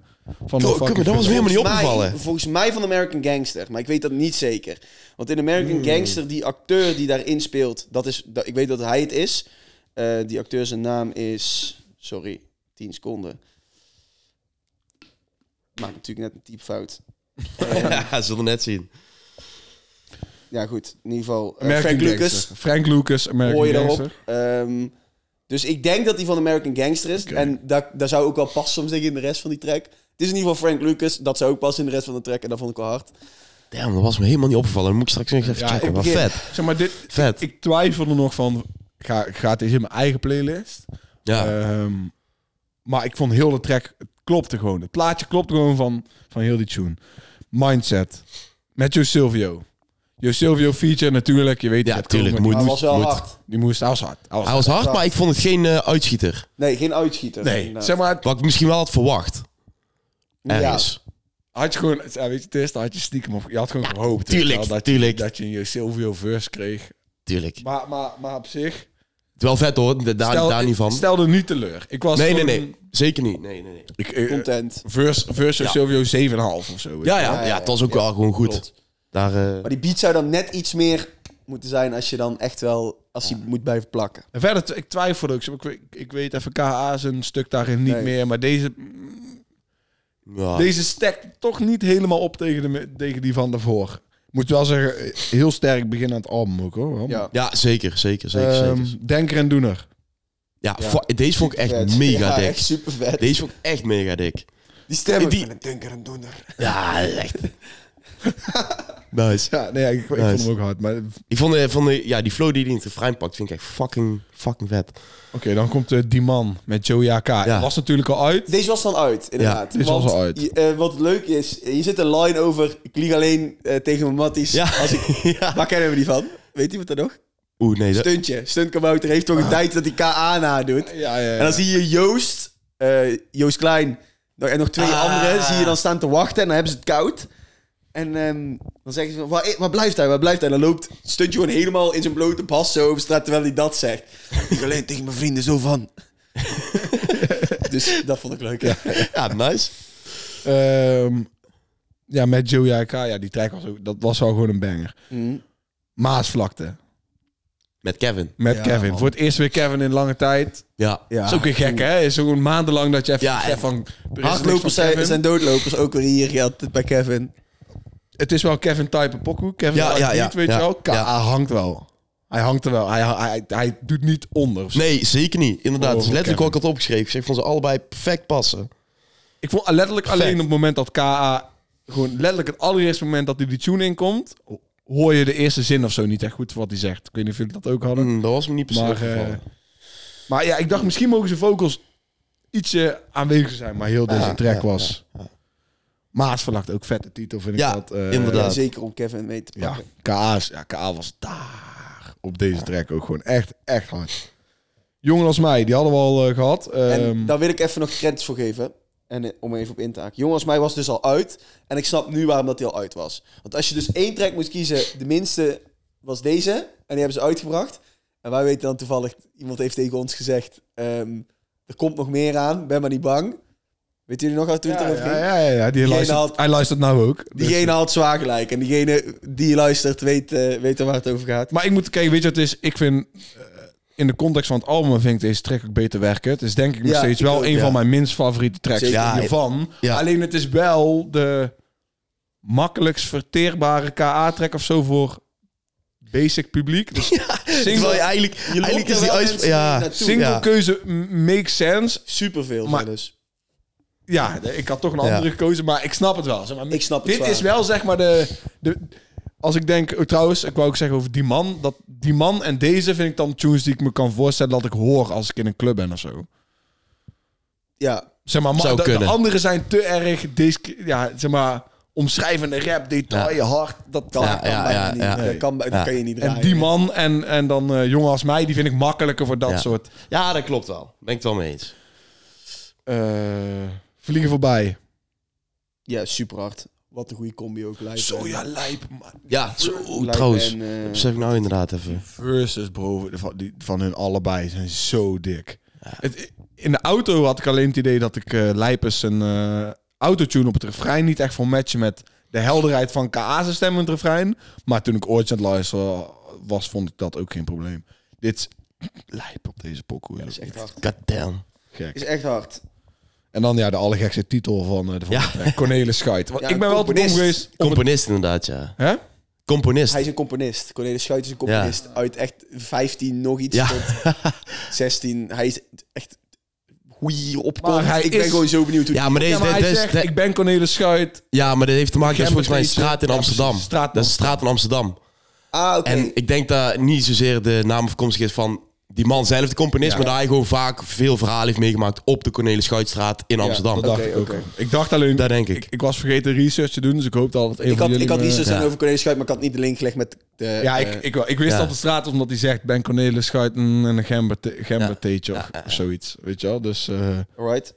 van Kom, een fucking kom, dat was film. helemaal niet Volgens mij- opgevallen. Volgens mij van American Gangster, maar ik weet dat niet zeker. Want in American Hmm. Gangster, die acteur die daarin speelt, dat is, dat, ik weet dat hij het is. Eh, die acteur zijn naam is, sorry, 10 seconden. Ik Maak natuurlijk net een typfout. Ja, zullen net zien. Ja, goed. In ieder geval. eh, American Frank Lucas. Gangster. Frank Lucas, American hoor je daarop. Gangster. Ehm, dus ik denk dat hij van American Gangster is. En dat, daar zou ook wel passen soms denk ik, in de rest van die track. Het is in ieder geval Frank Lucas. Dat zou ook passen in de rest van de track. En dat vond ik wel hard. Damn, dat was me helemaal niet opgevallen. Dan moet ik straks nog even Ja, checken. ik Maar begin- vet. Zeg maar dit. Vet. Ik twijfel er nog van. Ga, gaat deze in mijn eigen playlist? Ja. Ehm, maar ik vond heel de track, het klopte gewoon. Het plaatje klopte gewoon van, van heel die tune. Mindset. Met Jo Silvio. Jo Silvio feature natuurlijk, je weet ja, het gaat tuurlijk. komen. Moet, Maar moet, was wel moet. hard. Die moest, hij was hard. Hij was Hij was hard. hard, maar ik vond het geen eh, uitschieter. Nee, geen uitschieter. Nee, Inderdaad. zeg maar, Wat ik misschien wel had verwacht. Ja. Ergens. had je gewoon, ja, weet je, het is, dan had je stiekem, op, je had gewoon gehoopt. weet tuurlijk, je wel, dat, tuurlijk. Je, dat je een Jo Silvio verse kreeg. Tuurlijk. Maar, maar, maar op zich, Wel vet hoor, da- daar, daar niet van. stelde niet teleur. Ik was Nee, nee, gewoon- nee. Zeker niet. Nee, nee, nee. Ik, eh, Content. verse, verse Ja. Jo Silvio 7,5 of zo. weet Ja, je wel. ja, ja, het was ook wel gewoon goed. Daar, eh, Maar die beat zou dan net iets meer moeten zijn als je dan echt wel... Als hij moet blijven plakken. En verder, t- ik twijfel ook. Ik, weet- ik weet even KA zijn stuk daarin niet Nee. meer. Maar deze, ja. deze stekt toch niet helemaal op tegen, de, me- tegen die van daarvoor. Moet wel zeggen, eh, heel sterk begin aan het album ook hoor. Ja. ja, zeker, zeker, zeker. Ehm, zeker. Denker en doener. Ja, fu- deze vond ik echt Vet. mega ja, dik. echt super vet. Deze vond ik echt mega dik. Die stemmen. Die- Ik ben een dunker en doener. Ja, echt. Nice. Ja, nee, ik, ik Nice. vond hem ook hard. Maar oké, Ik vond, de- van de, ja, die flow die hij in het refrein pakt, vind ik echt fucking, fucking vet. dan komt eh, die man met Joey AK. Dat was natuurlijk al uit. Deze was dan uit, inderdaad. Ja, deze was Want al uit. je- eh, wat leuk is, je zit een line over... Ik lieg alleen eh, tegen mijn matties. Ja. Als ik, Ja. Waar kennen we die van? Weet iemand dat nog? Oeh, nee. Dat, Stuntje. Stuntkabouter heeft toch een tijd dat hij KA na doet. Ja, ja, En dan zie je Joost, eh, Joost Klein nog- en nog twee Ah. anderen, zie je dan staan te wachten en dan hebben ze het koud. En ehm, dan zeggen ze, van, waar, waar blijft hij, waar blijft hij? En dan loopt Stuntje gewoon helemaal in zijn blote pas zo over straat, terwijl hij dat zegt. Ik alleen tegen mijn vrienden zo van. dus dat vond ik leuk. Ja. ja, nice. Ehm, ja, met Joey AK. Ja, die track was ook... Dat was wel gewoon een banger. Maasvlakte. Met Kevin. Met Ja, Kevin. man. Voor het eerst weer Kevin in lange tijd. Ja. Ja. Is ook weer gek, hè? Is gewoon maandenlang dat je even Ja, zegt van... er is niks van Hardlopers zijn, Kevin. zijn doodlopers, ook weer hier gehad bij Kevin. Het is wel Kevin type pokoe. Kevin Ja, type ja, ja, beat, weet ja. je wel. K.A. Ja. hangt wel. Hij hangt er wel. Hij, hij, hij, hij doet niet onder. of zo. Nee, zeker niet. Inderdaad. Oh, het is letterlijk Kevin. wat ik had opgeschreven. Dus Ik vond ze allebei perfect passen. Ik vond letterlijk Perfect. alleen op het moment dat K.A. Gewoon letterlijk het allereerste moment dat hij die tune inkomt... hoor je de eerste zin of zo niet echt goed wat hij zegt. Ik weet niet of jullie dat ook hadden. Hm, dat was me niet precies Maar, opgevallen. eh, maar ja, ik dacht misschien mogen zijn vocals ietsje aanweziger zijn. Maar heel deze Ja, track Ah, ja, was... Maasverlakt, ook vette titel vind ik Ja, dat. eh, inderdaad. Ja, zeker om Kevin mee te Ja, pakken. KA's, ja, KA was daar op deze track ook gewoon echt, echt hard. Jongen als mij, die hadden we al eh, gehad. En Ehm, daar wil ik even nog credits voor geven. En eh, om even op in te haken. Jongens, mij was dus al uit. En ik snap nu waarom dat hij al uit was. Want als je dus één track moest kiezen, de minste was deze. En die hebben ze uitgebracht. En wij weten dan toevallig, iemand heeft tegen ons gezegd... ehm, er komt nog meer aan, ben maar niet bang. Weet jullie nog wat toen het ja, erover ging? ja, ja, ja, die luistert, had- hij luistert nou ook. Dus- Diegene had zwaar gelijk. En diegene die luistert, weet, eh, weet er waar het over gaat. maar ik moet kijken, weet je wat het is? Ik vind, eh, in de context van het album vind ik deze track ook beter werken. Het is denk ik nog Ja, steeds ik wel ook, een ja. van mijn minst favoriete tracks Zeker. Ja, hiervan. ja. Alleen het is wel de makkelijkst verteerbare KA-track of zo voor basic publiek. Dus Terwijl single, je eigenlijk, Je eigenlijk is die uitspraak... Ja. single Ja. keuze m- makes sense. Superveel Maar- dus. Ja, de- ik had toch een andere Ja. gekozen, maar ik snap het wel. Zeg maar, Ik snap het dit zwaar. is wel zeg maar de, de. Als ik denk, oh, trouwens, ik wou ook zeggen over die man. Dat die man en deze vind ik dan tunes die ik me kan voorstellen dat ik hoor als ik in een club ben of zo. Ja, Zeg maar, maar Zou de, de kunnen. andere zijn te erg. disc- Ja, zeg maar, omschrijvende rap, detail, hard. Dat kan. Ja, dat kan ja, bijna ja, niet. ja. Dat kan, dat Ja. kan je niet draaien. En die man en, en dan eh, jongen als mij, die vind ik makkelijker voor dat Ja. soort. ja, dat klopt wel. Ben ik het wel mee eens. eh, vliegen voorbij. Ja, super hard. Wat een goede combi ook. Lijp Zo en- eh, ja, lijp. man. Ja, zo, Lijp trouwens. en, eh, Dat besef ik nou inderdaad even. verses boven van, die, van hun allebei zijn zo dik. Het, in de auto had ik alleen het idee dat ik eh Lijpers een eh, autotune op het refrein niet echt vond matchen met de helderheid van KA's stem in het refrein. Maar toen ik ooit aan het luisteren eh, was, vond ik dat ook geen probleem. Dit is lijp op deze pokoe. is echt hard. God damn. Gek. Is echt hard. En dan ja, de allergekste titel van eh, de volgende track, Cornelis Schuyt. Want Ja, ik ben wel te dom componist. geweest. om het- Componist inderdaad, ja. Hè? Componist. Hij is een componist. Cornelis Schuit is een componist uit echt 15 nog iets Ja. tot 16. Hij is echt hoe hij hier Maar opkomt. hij Ik ben is- gewoon zo benieuwd hoe Ja, maar Ja, deze, maar hij deze- zegt, de- ik ben Cornelis Schuyt. ja, maar dit heeft te maken met Gember volgens mij een deze. straat in Ja, Amsterdam. precies, straat in dat is een straat in Amsterdam. Ah, oké. En ik denk dat niet zozeer de naam afkomstig is van die man zelf, de componist, Ja. maar dat hij gewoon vaak veel verhalen heeft meegemaakt op de Cornelis Schuitstraat in Amsterdam. Dat dat, dacht ik Oké, ook. oké. Ik dacht alleen, denk ik. Ik, ik was vergeten research te doen, dus ik hoop dat het een Ik van had, jullie ik had me- research gedaan ja. over Cornelis Schuit, maar ik had niet de link gelegd met de... Ja, eh, ik, ik, wel. ik wist Ja. dat op straat omdat hij zegt ben Cornelis Schuit en een gemberteetje gember Ja. theetje of, of zoiets, weet je wel? Dus eh, alright.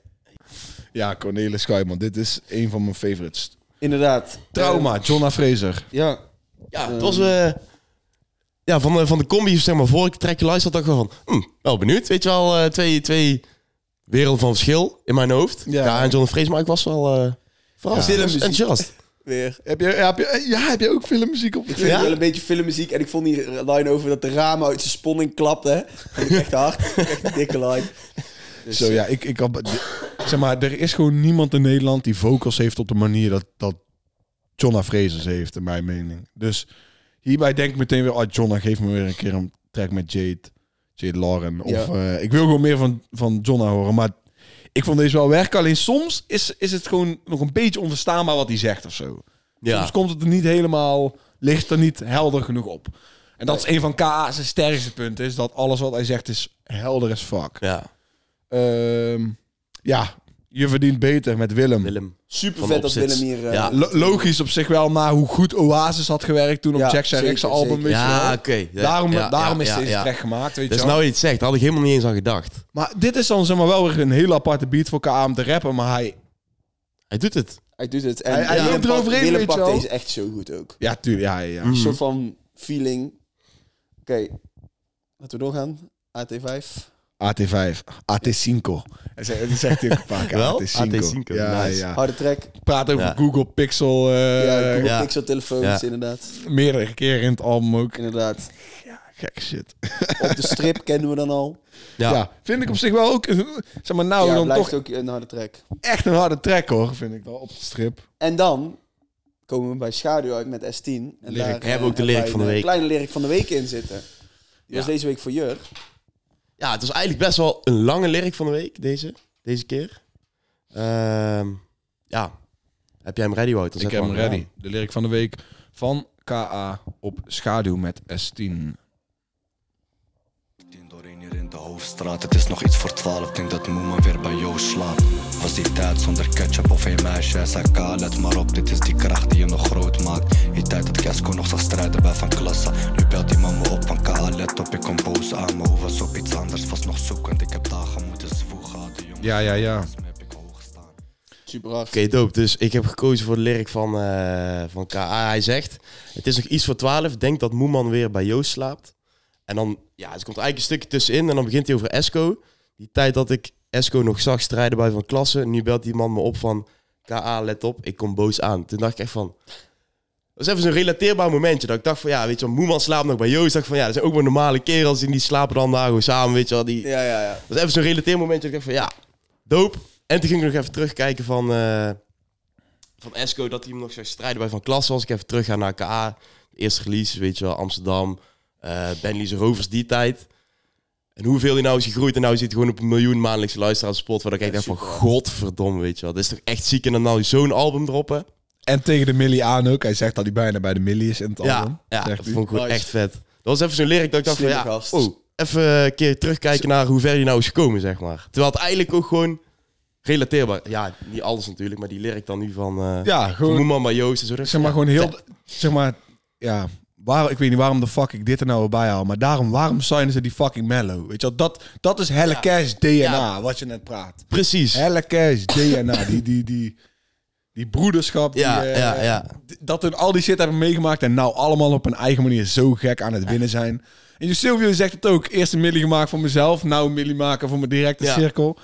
ja, Cornelis Schuit, man, dit is een van mijn favorites. Inderdaad. Trauma, Jonna Fraser. Eh, ja. ja, het was... eh, ja, van de, van de combi, zeg maar, voor ik trek je luister, dacht ik wel van, hm, wel benieuwd. Weet je wel, eh, twee, twee werelden van verschil in mijn hoofd. Ja. Ja, en John de Vrees, maar ik was wel... eh verrast. Ja. Ik was enthousiast. Weer. Heb je, heb je, ja, heb je ook filmmuziek op? Ik vind het wel een beetje filmmuziek. En ik vond die line over dat de ramen uit zijn sponning klapten. Vond ik Echt hard. Echt een dikke line. Dus, Zo ja, ik, ik had, zeg maar, er is gewoon niemand in Nederland die vocals heeft op de manier dat, dat Jonna Fraser ze heeft, in mijn mening. Dus hierbij denk ik meteen weer, ah Jonna, geef me weer een keer een track met Jade, Jade Lauren. Of Ja. eh, ik wil gewoon meer van, van Jonna horen, maar ik vond deze wel werken. Alleen soms is, is het gewoon nog een beetje onverstaanbaar wat hij zegt of zo. Ja. Soms komt het er niet helemaal, ligt het er niet helder genoeg op. En dat is een van KA's sterkste punten, is dat alles wat hij zegt is helder as fuck. Ja, Ehm, ja, je verdient beter met Willem. Willem. Super Van vet dat opzet. Willem hier... eh, Ja. Lo- logisch op zich wel, na hoe goed Oasis had gewerkt toen op Ja, Jack zijn zeker, Rex album. zeker. weet je wel. Ja, oké. Ja, daarom ja, daarom ja, is ja, deze ja. track gemaakt, weet Dat je is wel. nou iets zegt, daar had ik helemaal niet eens aan gedacht. Maar dit is dan zeg maar, wel weer een hele aparte beat voor KA om te rappen, maar hij... Hij doet het. Hij doet het. En Hij- hij Willem loopt pakt- eroverheen, Willem weet je pakt wel. deze echt zo goed ook. Ja, tuurlijk, ja, ja. ja. Mm. Een soort van feeling. Oké, laten we doorgaan. AT5. AT5, AT5. En ze- Dat zegt hij ook een paar keer. Wel? AT5. AT5, Ja, nice. ja. Harde track. Praat over Ja. Google Pixel eh, ja, Google Eh, ja. Pixel telefoons, Ja. inderdaad. meerdere keren in het album ook. Inderdaad. Gek shit. Op de strip kennen we dan al. Ja. Ja. vind ik op zich wel ook... een- Zeg maar, nou ja, dan blijft toch ook een harde track. echt een harde track, hoor. Vind ik wel, op de strip. En dan komen we bij Schaduw uit met S10. En Lyric. daar eh, Hebben we ook de lyric wij van de een week. kleine lyric van de week in zitten. Die was Ja. deze week voor Jur. Ja, het was eigenlijk best wel een lange lyric van de week, deze, deze keer. Ehm, ja. Heb jij hem ready, Wout? ik Dan zet heb hem maar ready. aan. De lyric van de week van KA op Schaduw met S10. Tien doorheen hier in de hoofdstraat, het is nog iets voor twaalf, denk dat Moema weer bij jou slaapt. Was die tijd zonder ketchup of een meisje, SAK, let maar op, dit is die kracht die je nog groot maakt. Die tijd dat Casco nog zag strijden bij Van Klassa, nu belt die man me op van K, let op, ik kom boos aan me, hoe was op iets anders, was nog zoekend, ik heb dagen moeten zwoegen, de jongens Ja, ja, ja. heb ik hoog staan. Super hard. Oké, dope. Dus ik heb gekozen voor de lyric van, eh, van K.A. Hij zegt, het is nog iets voor twaalf. Denk dat Moeman weer bij Joost slaapt. En dan, ja, er komt eigenlijk een stukje tussenin. En dan begint hij over Esco. Die tijd dat ik Esco nog zag strijden bij Van Klassen. Nu belt die man me op van, K.A. let op, ik kom boos aan. Toen dacht ik echt van... Dat is even zo'n relateerbaar momentje. Dat ik dacht van, ja, weet je wel, Moeman slaapt nog bij Joost. Ik dacht van, ja, dat zijn ook maar normale kerels. En die slapen dan daar gewoon samen, weet je wel. Die, Ja, ja, ja. dat is even zo'n relateermomentje. Dat ik dacht van ja, doop. En toen ging ik nog even terugkijken van, eh, van Esco. Dat hij hem nog zou strijden bij Van Klas was. Ik even teruggaan naar KA. Eerste release, weet je wel. Amsterdam. eh Bentley's Rovers die tijd. En hoeveel hij nou is gegroeid. En nou zit hij gewoon op een miljoen maandelijkse luisteraars spot. Waar ik echt dacht van godverdomme, weet je wel. Dat is toch echt ziek. En dan nou zo'n album droppen. En tegen de Millie aan ook. Hij zegt dat hij bijna bij de Millie is in het album. Ja, ja dat zegt hij. vond ik gewoon Nice. echt vet. Dat was even zo'n lyric dat ik dacht van Slimme ja, gast. oh, even een keer terugkijken naar hoe ver je nou is gekomen, zeg maar. Terwijl het eigenlijk ook gewoon relateerbaar. Ja, niet alles natuurlijk, maar die lyric dan nu van eh Ja, van gewoon Moeman bij Joost en zo. Dat- Zeg maar gewoon heel, zeg maar, ja, waar, ik weet niet waarom de fuck ik dit er nou weer bij haal, maar daarom, waarom zijn ze die fucking mellow? Weet je wel, dat, dat is helle cash DNA, Ja. wat je net praat. Precies. Helle cash DNA, die, die, die, die broederschap, Ja, die, eh, ja, ja. d- dat hun al die shit hebben meegemaakt en nou allemaal op hun eigen manier zo gek aan het winnen zijn. En je Silvio zegt het ook, eerst een millie gemaakt voor mezelf, nou een millie maken voor mijn directe Ja. cirkel.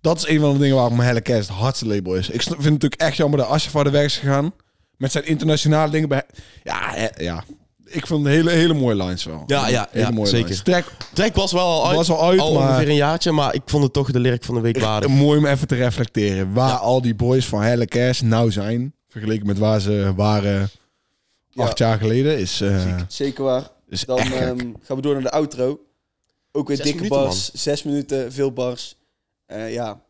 Dat is een van de dingen waarom Helle Kerst het hardste label is. Ik snap- vind het natuurlijk echt jammer dat Asjaf de weg is gegaan. Met zijn internationale dingen. Bij... Ja, hè, ja, ik vond hele, hele mooie lines wel. Ja, ja, hele ja, mooie zeker. lines. Trek, Track was wel al uit. Was al uit, maar- ongeveer een jaartje, maar ik vond het toch de lyric van de week waardig. mooi om even te reflecteren. Waar al die boys van Helle Kerst nou zijn. Vergeleken met waar ze waren Ja. acht jaar geleden. Is, eh, Zeker waar. is Dan Dus echt gek. ehm, gaan we door naar de outro. Ook weer Zes dikke minuten, bars. Zes minuten, veel bars. Eh, ja.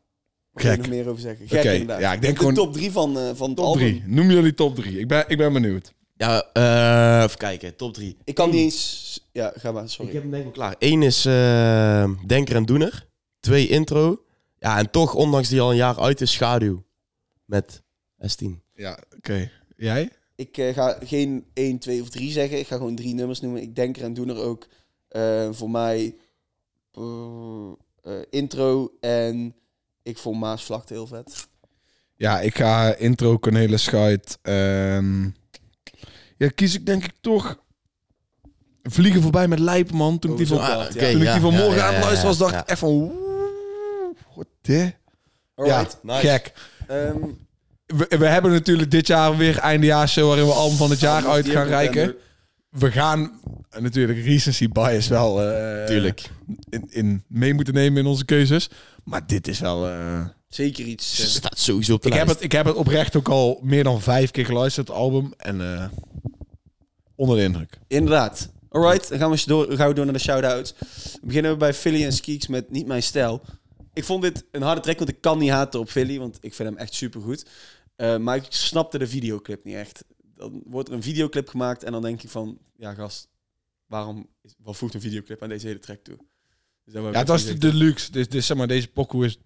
Wat Gek. kun je nog meer over zeggen? Gek Oké, inderdaad. ja, ik denk de gewoon- top drie van, eh, van het Top album. drie. Noem jullie top drie. Ik ben, ik ben benieuwd. Ja, eh, even kijken. Top 3. Ik kan niet eens... Ja, ga maar, sorry. Ik heb hem denk ik al klaar. Eén is eh, Denker en Doener. Twee intro. Ja, en toch, ondanks die al een jaar uit is, Schaduw. Met S10. Ja, oké. Jij? Ik eh, ga geen 1, 2 of 3 zeggen. Ik ga gewoon drie nummers noemen. Ik denk er en doe er ook. eh, voor mij eh, eh, intro en ik vond Maasvlakte heel vet. Ja, ik ga intro een hele schuit. Ehm, ja, kies ik denk ik toch vliegen voorbij met Lijpman. Toen ik die, van, Ah, ja. oké, toen ik ja, die vanmorgen ja, ja, aan het luisteren was, ja, dacht ja. ik echt van... "Woe, Wat de? Ja, Alright. nice. gek. Ehm, We, we hebben natuurlijk dit jaar weer eindejaarshow waarin we album van het jaar Anders uit die gaan ook nog reiken. kennen. We gaan eh, natuurlijk recency bias wel eh, Tuurlijk. in, in mee moeten nemen in onze keuzes. Maar dit is wel... eh, Zeker iets. Ze eh, staat sowieso op de Ik heb, lijst. het, ik heb het oprecht ook al meer dan vijf keer geluisterd, het album. En eh, onder de indruk. Inderdaad. Alright, dan gaan we, eens door, gaan we door naar de shout-outs. We beginnen bij Philly en Skeeks met Niet Mijn Stijl. Ik vond dit een harde track, want ik kan niet haten op Philly, want ik vind hem echt supergoed. Eh, maar ik snapte de videoclip niet echt. Dan wordt er een videoclip gemaakt en dan denk ik van... Ja, gast, waarom, is- wat voegt een videoclip aan deze hele track toe? Dus dat wou ik Ja, het was de even deluxe. Dus, dus zeg maar, deze pokoe is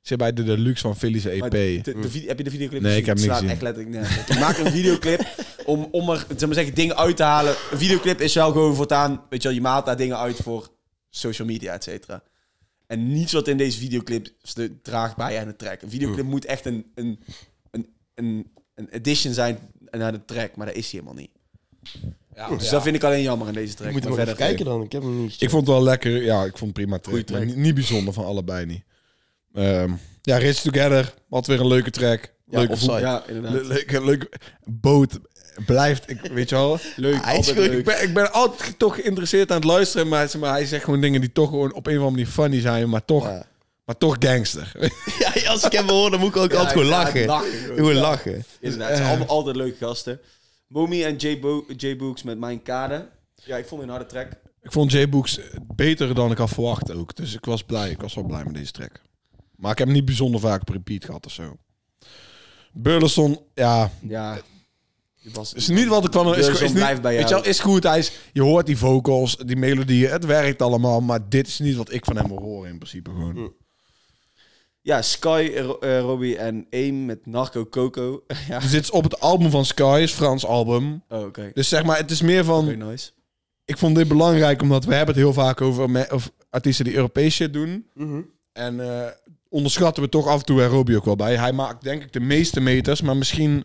zit bij de deluxe van E Philly's Maar EP. E de- de vid- heb je de videoclip Nee, gezien? ik heb Het hem niet slaat echt letterlijk nergens op. Je maakt een videoclip om, om er zeg maar zeggen, dingen uit te halen. Een videoclip is wel gewoon voortaan... Weet je wel, je maalt daar dingen uit voor social media, et cetera. En niets wat in deze videoclip st- draagt bij aan de track. Een videoclip Hmm. moet echt een, een, een, een, een addition zijn naar de track. Maar dat is hij helemaal niet. dus dat vind ik alleen jammer in deze track. Ik Hmm. moet Maar hem ook even verder- kijken dan. Ik heb hem niet. Ik vond het wel lekker. Ja, ik vond het prima track. Goeie track. Maar Niet, niet bijzonder van allebei niet. Ehm, ja, Rich Together. Wat weer een leuke track. Ja, leuke offside. Ja, inderdaad. Le- leuke, leuke boot blijft, ik, weet je wel. Leuk, Hij is altijd gewoon- leuk. Ik, ben, ik ben altijd toch geïnteresseerd aan het luisteren, maar, zeg maar hij zegt gewoon dingen die toch gewoon op een of andere manier funny zijn, maar toch, Ja. maar toch gangster. Ja, als ik hem hoor, dan moet ik ook altijd gewoon Ja, lachen. lachen. Gewoon lachen. Inderdaad, Eh. het zijn allemaal altijd leuke gasten. Momi en J, Bo J Books met Mijn Kade. Ja, ik vond het een harde track. ik vond J-Books beter dan ik had verwacht ook, dus ik was blij. Ik was wel blij met deze track. Maar ik heb hem niet bijzonder vaak op repeat gehad of zo. Burleson, ja, Ja, die was is niet wat ik kan. Is, Burleson is niet, blijft bij Weet je jou. wel, is goed. Hij is, je hoort die vocals, die melodieën, het werkt allemaal, maar dit is niet wat ik van hem wil horen in principe gewoon. Ja, Sky, Ro- eh, Robbie en Aim met Narco Coco. ja. Dus dit is op het album van Sky, is Frans album. Oh, oké. Okay. Dus zeg maar, het is meer van... nice. Ik vond dit belangrijk, omdat we hebben het heel vaak over me- of artiesten die Europees shit doen. Mhm. En eh, onderschatten we toch af en toe er Robbie ook wel bij. Hij maakt denk ik de meeste meters, maar misschien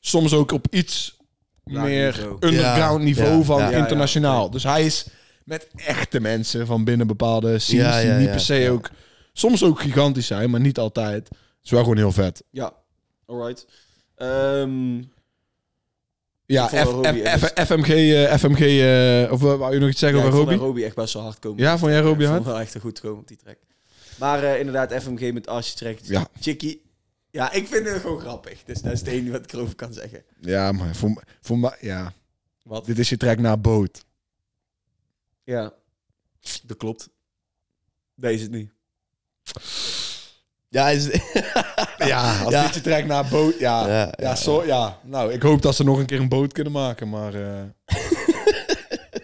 soms ook op iets Laag meer niveau. underground Ja, niveau ja, van ja. internationaal. Dus hij is met echte mensen van binnen bepaalde scenes Ja, die ja, niet ja, per se ja. ook... Soms ook gigantisch zijn, maar niet altijd. Het is wel gewoon heel vet. Ja, alright. Ehm, Ja, Ik vond F- wel Robbie F- echt- F- FMG, eh, FMG eh, of wou je nog iets zeggen ja, ik over vond Robbie? Robbie echt best wel hard komen. Ja, vond jij Robbie Ik hard? vond wel echt een goed komen op die track. Maar eh, inderdaad, FMG met Asje track. Ja. Chicky. Ja, ik vind het gewoon grappig. Dus dat is het enige wat ik erover kan zeggen. Ja, maar voor, m- voor mij, ja. Wat? Dit is je track naar boot. Ja, dat klopt. Deze het niet. Ja, is... Ja, als Ja. dit je track naar boot, ja. Ja, Ja, ja, zo, ja. Nou, ik hoop dat ze nog een keer een boot kunnen maken, maar... eh,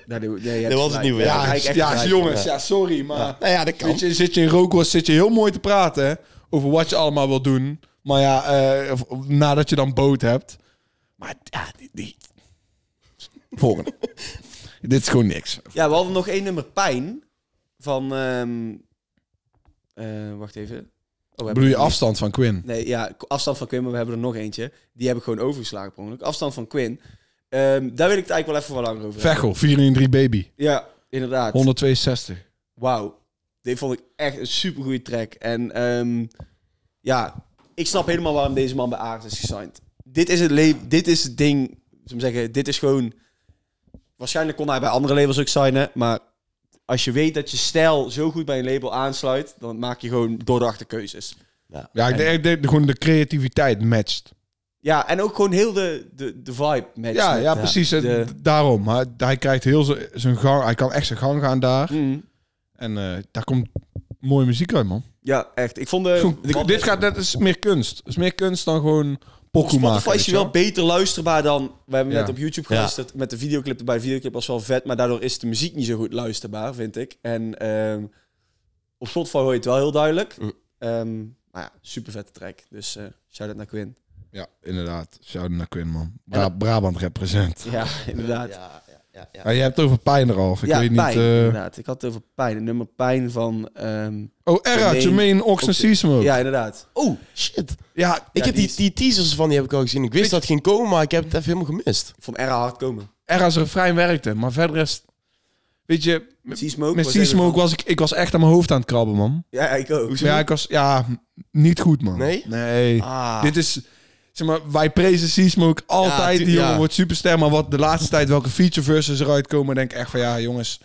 Nee, nee, nee, Dat was het nieuwe, ja. ja, ja, jongens, ja, sorry, maar... Nou ja, dat kan. Weet je, zit je in Rookworst, zit je heel mooi te praten hè, over wat je allemaal wil doen. Maar ja, eh, of- of nadat je dan boot hebt. Maar ja, die... die- Volgende. dit is gewoon niks. Ja, we hadden nog één nummer Pijn. Van, ehm, eh, wacht even. Oh, we hebben Bedoel je er nog- afstand van Quinn? Nee, ja, k- afstand van Quinn, maar we hebben er nog eentje. Die heb ik gewoon overgeslagen per ongeluk. Afstand van Quinn. Ehm, daar wil ik het eigenlijk wel even wat langer over hebben. Vechel, 4 in 3 baby. Ja, inderdaad. 162. Wauw. Dit vond ik echt een supergoeie track. En ehm, ja, ik snap helemaal waarom deze man bij Ares is gesigned. Dit is het, le- dit is het ding, zou ik zeggen, dit is gewoon... Waarschijnlijk kon hij bij andere labels ook signen, maar als je weet dat je stijl zo goed bij een label aansluit, dan maak je gewoon doordachte keuzes. Ja, ik denk, ik denk gewoon de creativiteit matcht. Ja, en ook gewoon heel de, de, de vibe match. Ja, met- ja precies. eh, de- d- Daarom. Hij, hij krijgt heel z- zijn gang. Hij kan echt zijn gang gaan daar. Mhm. En eh, daar komt mooie muziek uit, man. Ja, echt. Ik vond Eh, de... Gewoon, dit- wat- dit gaat, dat is meer kunst. Het is meer kunst dan gewoon pokoe Spotify maken. is weet je je wel beter luisterbaar dan... We hebben Ja. net op YouTube Ja. geluisterd met de videoclip erbij. De videoclip was wel vet, maar daardoor is de muziek niet zo goed luisterbaar, vind ik. En ehm, op Spotify hoor je het wel heel duidelijk. Mm. Ehm, maar ja, super vette track. Dus eh shout-out naar Quinn. Ja, inderdaad. Shout out naar Quinn, man. Bra- Brabant represent. Ja, inderdaad. Ja, Ja, ja, ja, ja. Ja, je hebt het over pijn er al. Ik weet niet. pijn, eh, inderdaad. Ik had het over pijn. Het nummer pijn van... ehm, Oh, Era, Jermaine, Jermaine, Ox en ook- Seasmoke. ja, inderdaad. Oh, shit. Ja, Ik Ja, heb die die, die teasers van die heb ik al gezien. Ik wist dat het ging komen, maar ik heb het even helemaal gemist. Ik vond R hard komen. Era's refrein werkte. Maar verder is... Weet je, met- C-Smoke met was even Seasmoke van- was ik... Ik was echt aan mijn hoofd aan het krabben, man. Ja, ik ook. Maar ja, ik was... Ja, niet goed, man. Nee? Nee. Ah. Dit is... Zeg maar, wij prezen Seasmoke altijd. tu- die jongen ja. wordt superster. Maar wat de laatste tijd, welke feature verses eruit komen... denk ik echt van, ja, jongens...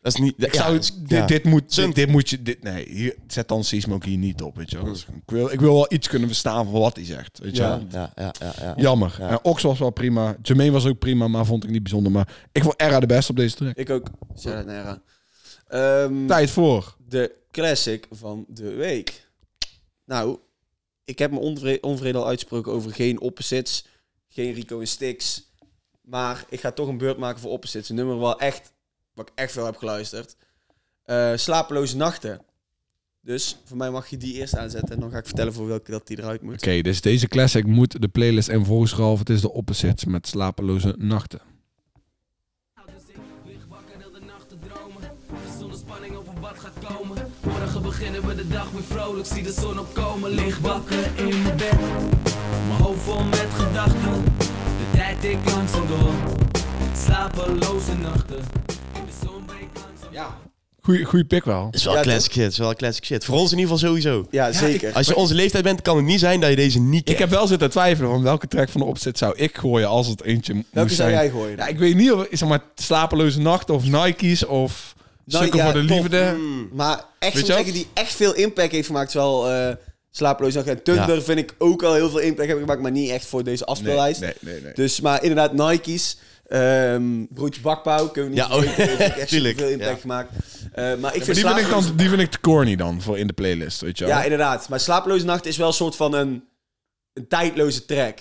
Dat is niet... Ik zou, dit, dit, moet, Zin. dit, dit moet je... Dit, nee, hier, zet dan Seasmoke hier niet op, weet je wel. Dus ik, wil, ik wil wel iets kunnen verstaan van wat hij zegt, weet je Ja. wel. Ja, ja, ja, ja. Jammer. Ja. En Ox was wel prima. Jermaine was ook prima, maar vond ik niet bijzonder. Maar ik vond Era de beste op deze track. Ik ook. Shout-out naar Era. Ehm, Tijd voor. de classic van de week. Nou, ik heb mijn onvrede, onvrede al uitsproken over geen opposites, geen Rico en Sticks. Maar ik ga toch een beurt maken voor opposites. Een nummer waar, echt, waar ik echt veel heb geluisterd. Eh, slapeloze nachten. Dus voor mij mag je die eerst aanzetten. En dan ga ik vertellen voor welke dat die eruit moet. Oké, dus deze classic moet de playlist en volgens Ralf, het is de opposites met slapeloze nachten. Nou, Lig dus wakker heel de nacht te dromen. Zonder spanning over wat gaat komen. Morgen beginnen we de dag weer vrolijk. Zie de zon opkomen. Lig wakker in mijn bed. Mijn hoofd vol met gedachten. De tijd ik langzaam door. Slapeloze nachten. De zon breekt langzaam. Ja, Goeie, goeie pick wel. Het is wel Ja, classic shit, het is wel classic shit. Voor ons in ieder geval sowieso. ja, zeker. Als je onze leeftijd bent, kan het niet zijn dat je deze niet Ik kent. heb wel zitten twijfelen van welke track van de opzet zou ik gooien als het eentje moest Welke zou zijn. jij gooien? Ja, ik weet niet of zeg maar slapeloze nachten of Nike's of Nou, Stukken ja, voor de top. Hmm. Liefde. Maar echt Weet je zo'n wel? zeggen die echt veel impact heeft gemaakt. Terwijl eh slapeloos nacht en Thunder vind ik ook al heel veel impact hebben gemaakt. Maar niet echt voor deze afspeellijst. nee, nee, nee. Dus, maar inderdaad, Nike's. ehm broodje bakpauw kunnen we niet Ja, oh, vergeten, heeft ook echt tuurlijk, veel impact ja. gemaakt. Eh, maar ik Maar vind die vind, ik slapeloos... dan, die vind ik te corny dan voor in de playlist, weet je wel. Ja, inderdaad. Maar slapeloze nacht is wel een soort van een, een tijdloze track.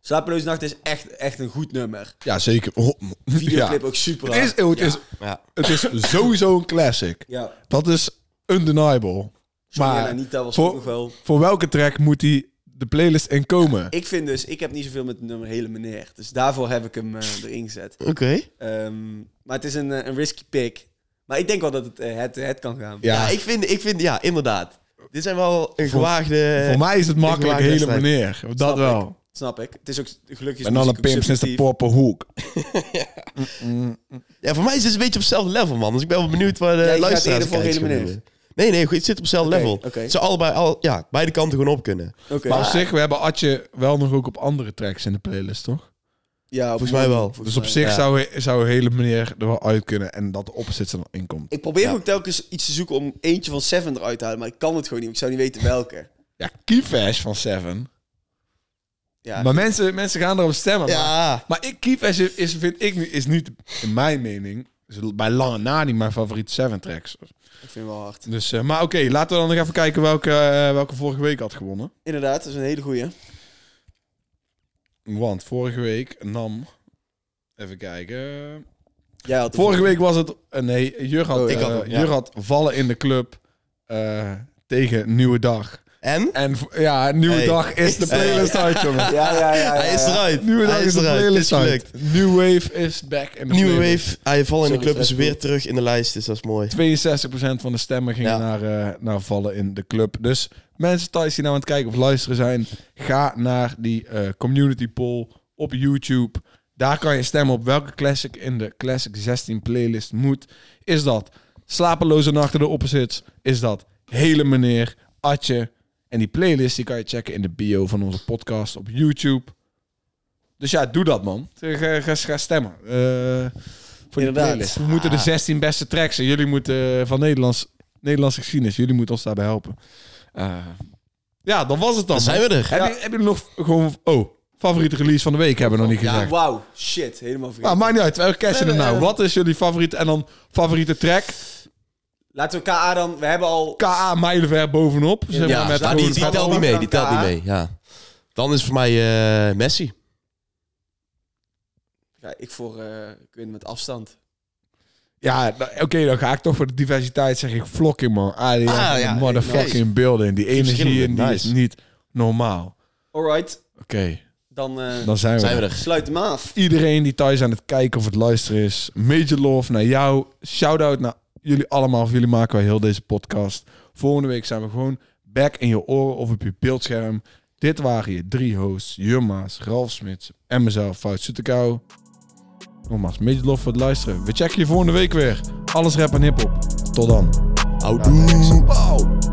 Slapeloze nacht is echt, echt een goed nummer. Ja, zeker. Oh, m- Videoclip ja. ook super Het is, oh, hard. het, is, Ja. het is sowieso een classic. Ja. Dat is undeniable. Maar Maar Anita was ook voor, nog wel... voor welke track moet die de playlist in komen? Ik vind dus, ik heb niet zoveel met het nummer Hele Meneer. Dus daarvoor heb ik hem eh, erin gezet. Oké. Ehm, maar het is een, eh, een risky pick. Maar ik denk wel dat het eh, het, het kan gaan. Ja, ja, ik, vind, ik vind, ja, inderdaad. Dit zijn wel een gewaagde... voor mij is het makkelijk ik hele waag wedstrijd. meneer. Dat Snap wel. ik. Snap ik. Het is ook gelukkig. is En dan een muziek ook pimps is de subjectief. poppenhoek. Ja, voor mij is het een beetje op hetzelfde level, man. Dus ik ben wel benieuwd waar de gaat luisteraars eerder voor kijkers Hele gaan Meneer. doen. Nee, nee, goed, het zit op hetzelfde Oké, level. oké. Ze allebei, al, ja, beide kanten gewoon op kunnen. Oké. Maar op zich, we hebben Atje wel nog ook op andere tracks in de playlist, toch? ja, Volgens mij wel. Dus op zich Ja. zou, zou hele meneer er wel uit kunnen en dat de opposite er dan in komt. Ik probeer ook telkens iets te zoeken om eentje van Seven eruit te halen. Maar ik kan het gewoon niet. Ik zou niet weten welke. Ja, Keyfash van Seven. Ja. Maar mensen, mensen gaan erop stemmen. maar- Ja, Maar ik, Keyfash is, is- vind ik, nu- is niet, in mijn mening, is bij lange na niet mijn favoriete Seven tracks. Ik vind hem wel hard. Dus, eh, maar oké, laten we dan nog even kijken welke, eh, welke vorige week had gewonnen. Inderdaad, dat is een hele goeie. Want vorige week nam... Even kijken... Jij had het Vorige week was het... eh, nee, Jur had, Oh, ik had eh, hem, ja. Jur had vallen in de club eh, tegen Nieuwe Dag. en? En v- ja, Nieuwe Hey. Dag is de playlist uit, jongen. Ja, ja, ja. ja, Hij is ja. eruit. Nieuwe Dag Hij is de eruit. Het playlist is uit. gelukt. New Wave is back in de Nieuwe playlist. wave. Hij valt in de Sorry, club, is Fred. weer terug in de lijst, dus dat is mooi. 62% van de stemmen gingen Ja. naar, eh, naar vallen in de club. Dus mensen thuis die nou aan het kijken of luisteren zijn, ga naar die eh, community poll op YouTube. Daar kan je stemmen op welke classic in de Classic 16 playlist moet. Is dat Slapeloze Nachten de Opposites? Is dat Hele Meneer, Atje? En die playlist die kan je checken in de bio van onze podcast op YouTube. Dus ja, doe dat man. Ga, ga, ga stemmen. Eh voor die Inderdaad. playlist. We moeten de 16 beste tracks en jullie moeten eh, van Nederlands, Nederlandse geschiedenis. Jullie moeten ons daarbij helpen. Eh, ja, dan was het dan. Dan zijn man. we er. Heb je- Hebben jullie nog gewoon... Oh, favoriete release van de week hebben we nog niet Ja, gezegd. wauw. Shit, helemaal Maar Nou, vergeten. maakt niet uit. Welke kerst je er Nee, nee, nou? eh, Wat is jullie favoriete... En dan favoriete track? Laten we KA dan... We hebben al... K.A. mijlenver bovenop. Zeg maar, Ja, met ja, Maar die, gewoon- die Ronaldo telt niet mee, dan die telt KA. niet mee, ja. Dan is voor mij eh, Messi. Ja, ik voor... eh ik win met afstand. Ja, nou, oké, dan ga ik toch voor de diversiteit zeg ik flokking man. ADF, Ah, ah, ja, motherfucking building. Die energie verschillende, in die is nice. niet normaal. Alright. Oké, Dan eh, dan zijn we. Zijn er. we er. sluit hem af. Iedereen die thuis aan het kijken of het luisteren is, major love naar jou. Shout-out naar jullie allemaal. Voor jullie maken wij heel deze podcast. Volgende week zijn we gewoon back in je oren of op je beeldscherm. Dit waren je drie hosts, Jumma's, Ralf Smits en mezelf, Fout Soetekou. Nogmaals, major love voor het luisteren. We checken je volgende week weer. Alles rap en hiphop. Tot dan. Houdoe. Wow.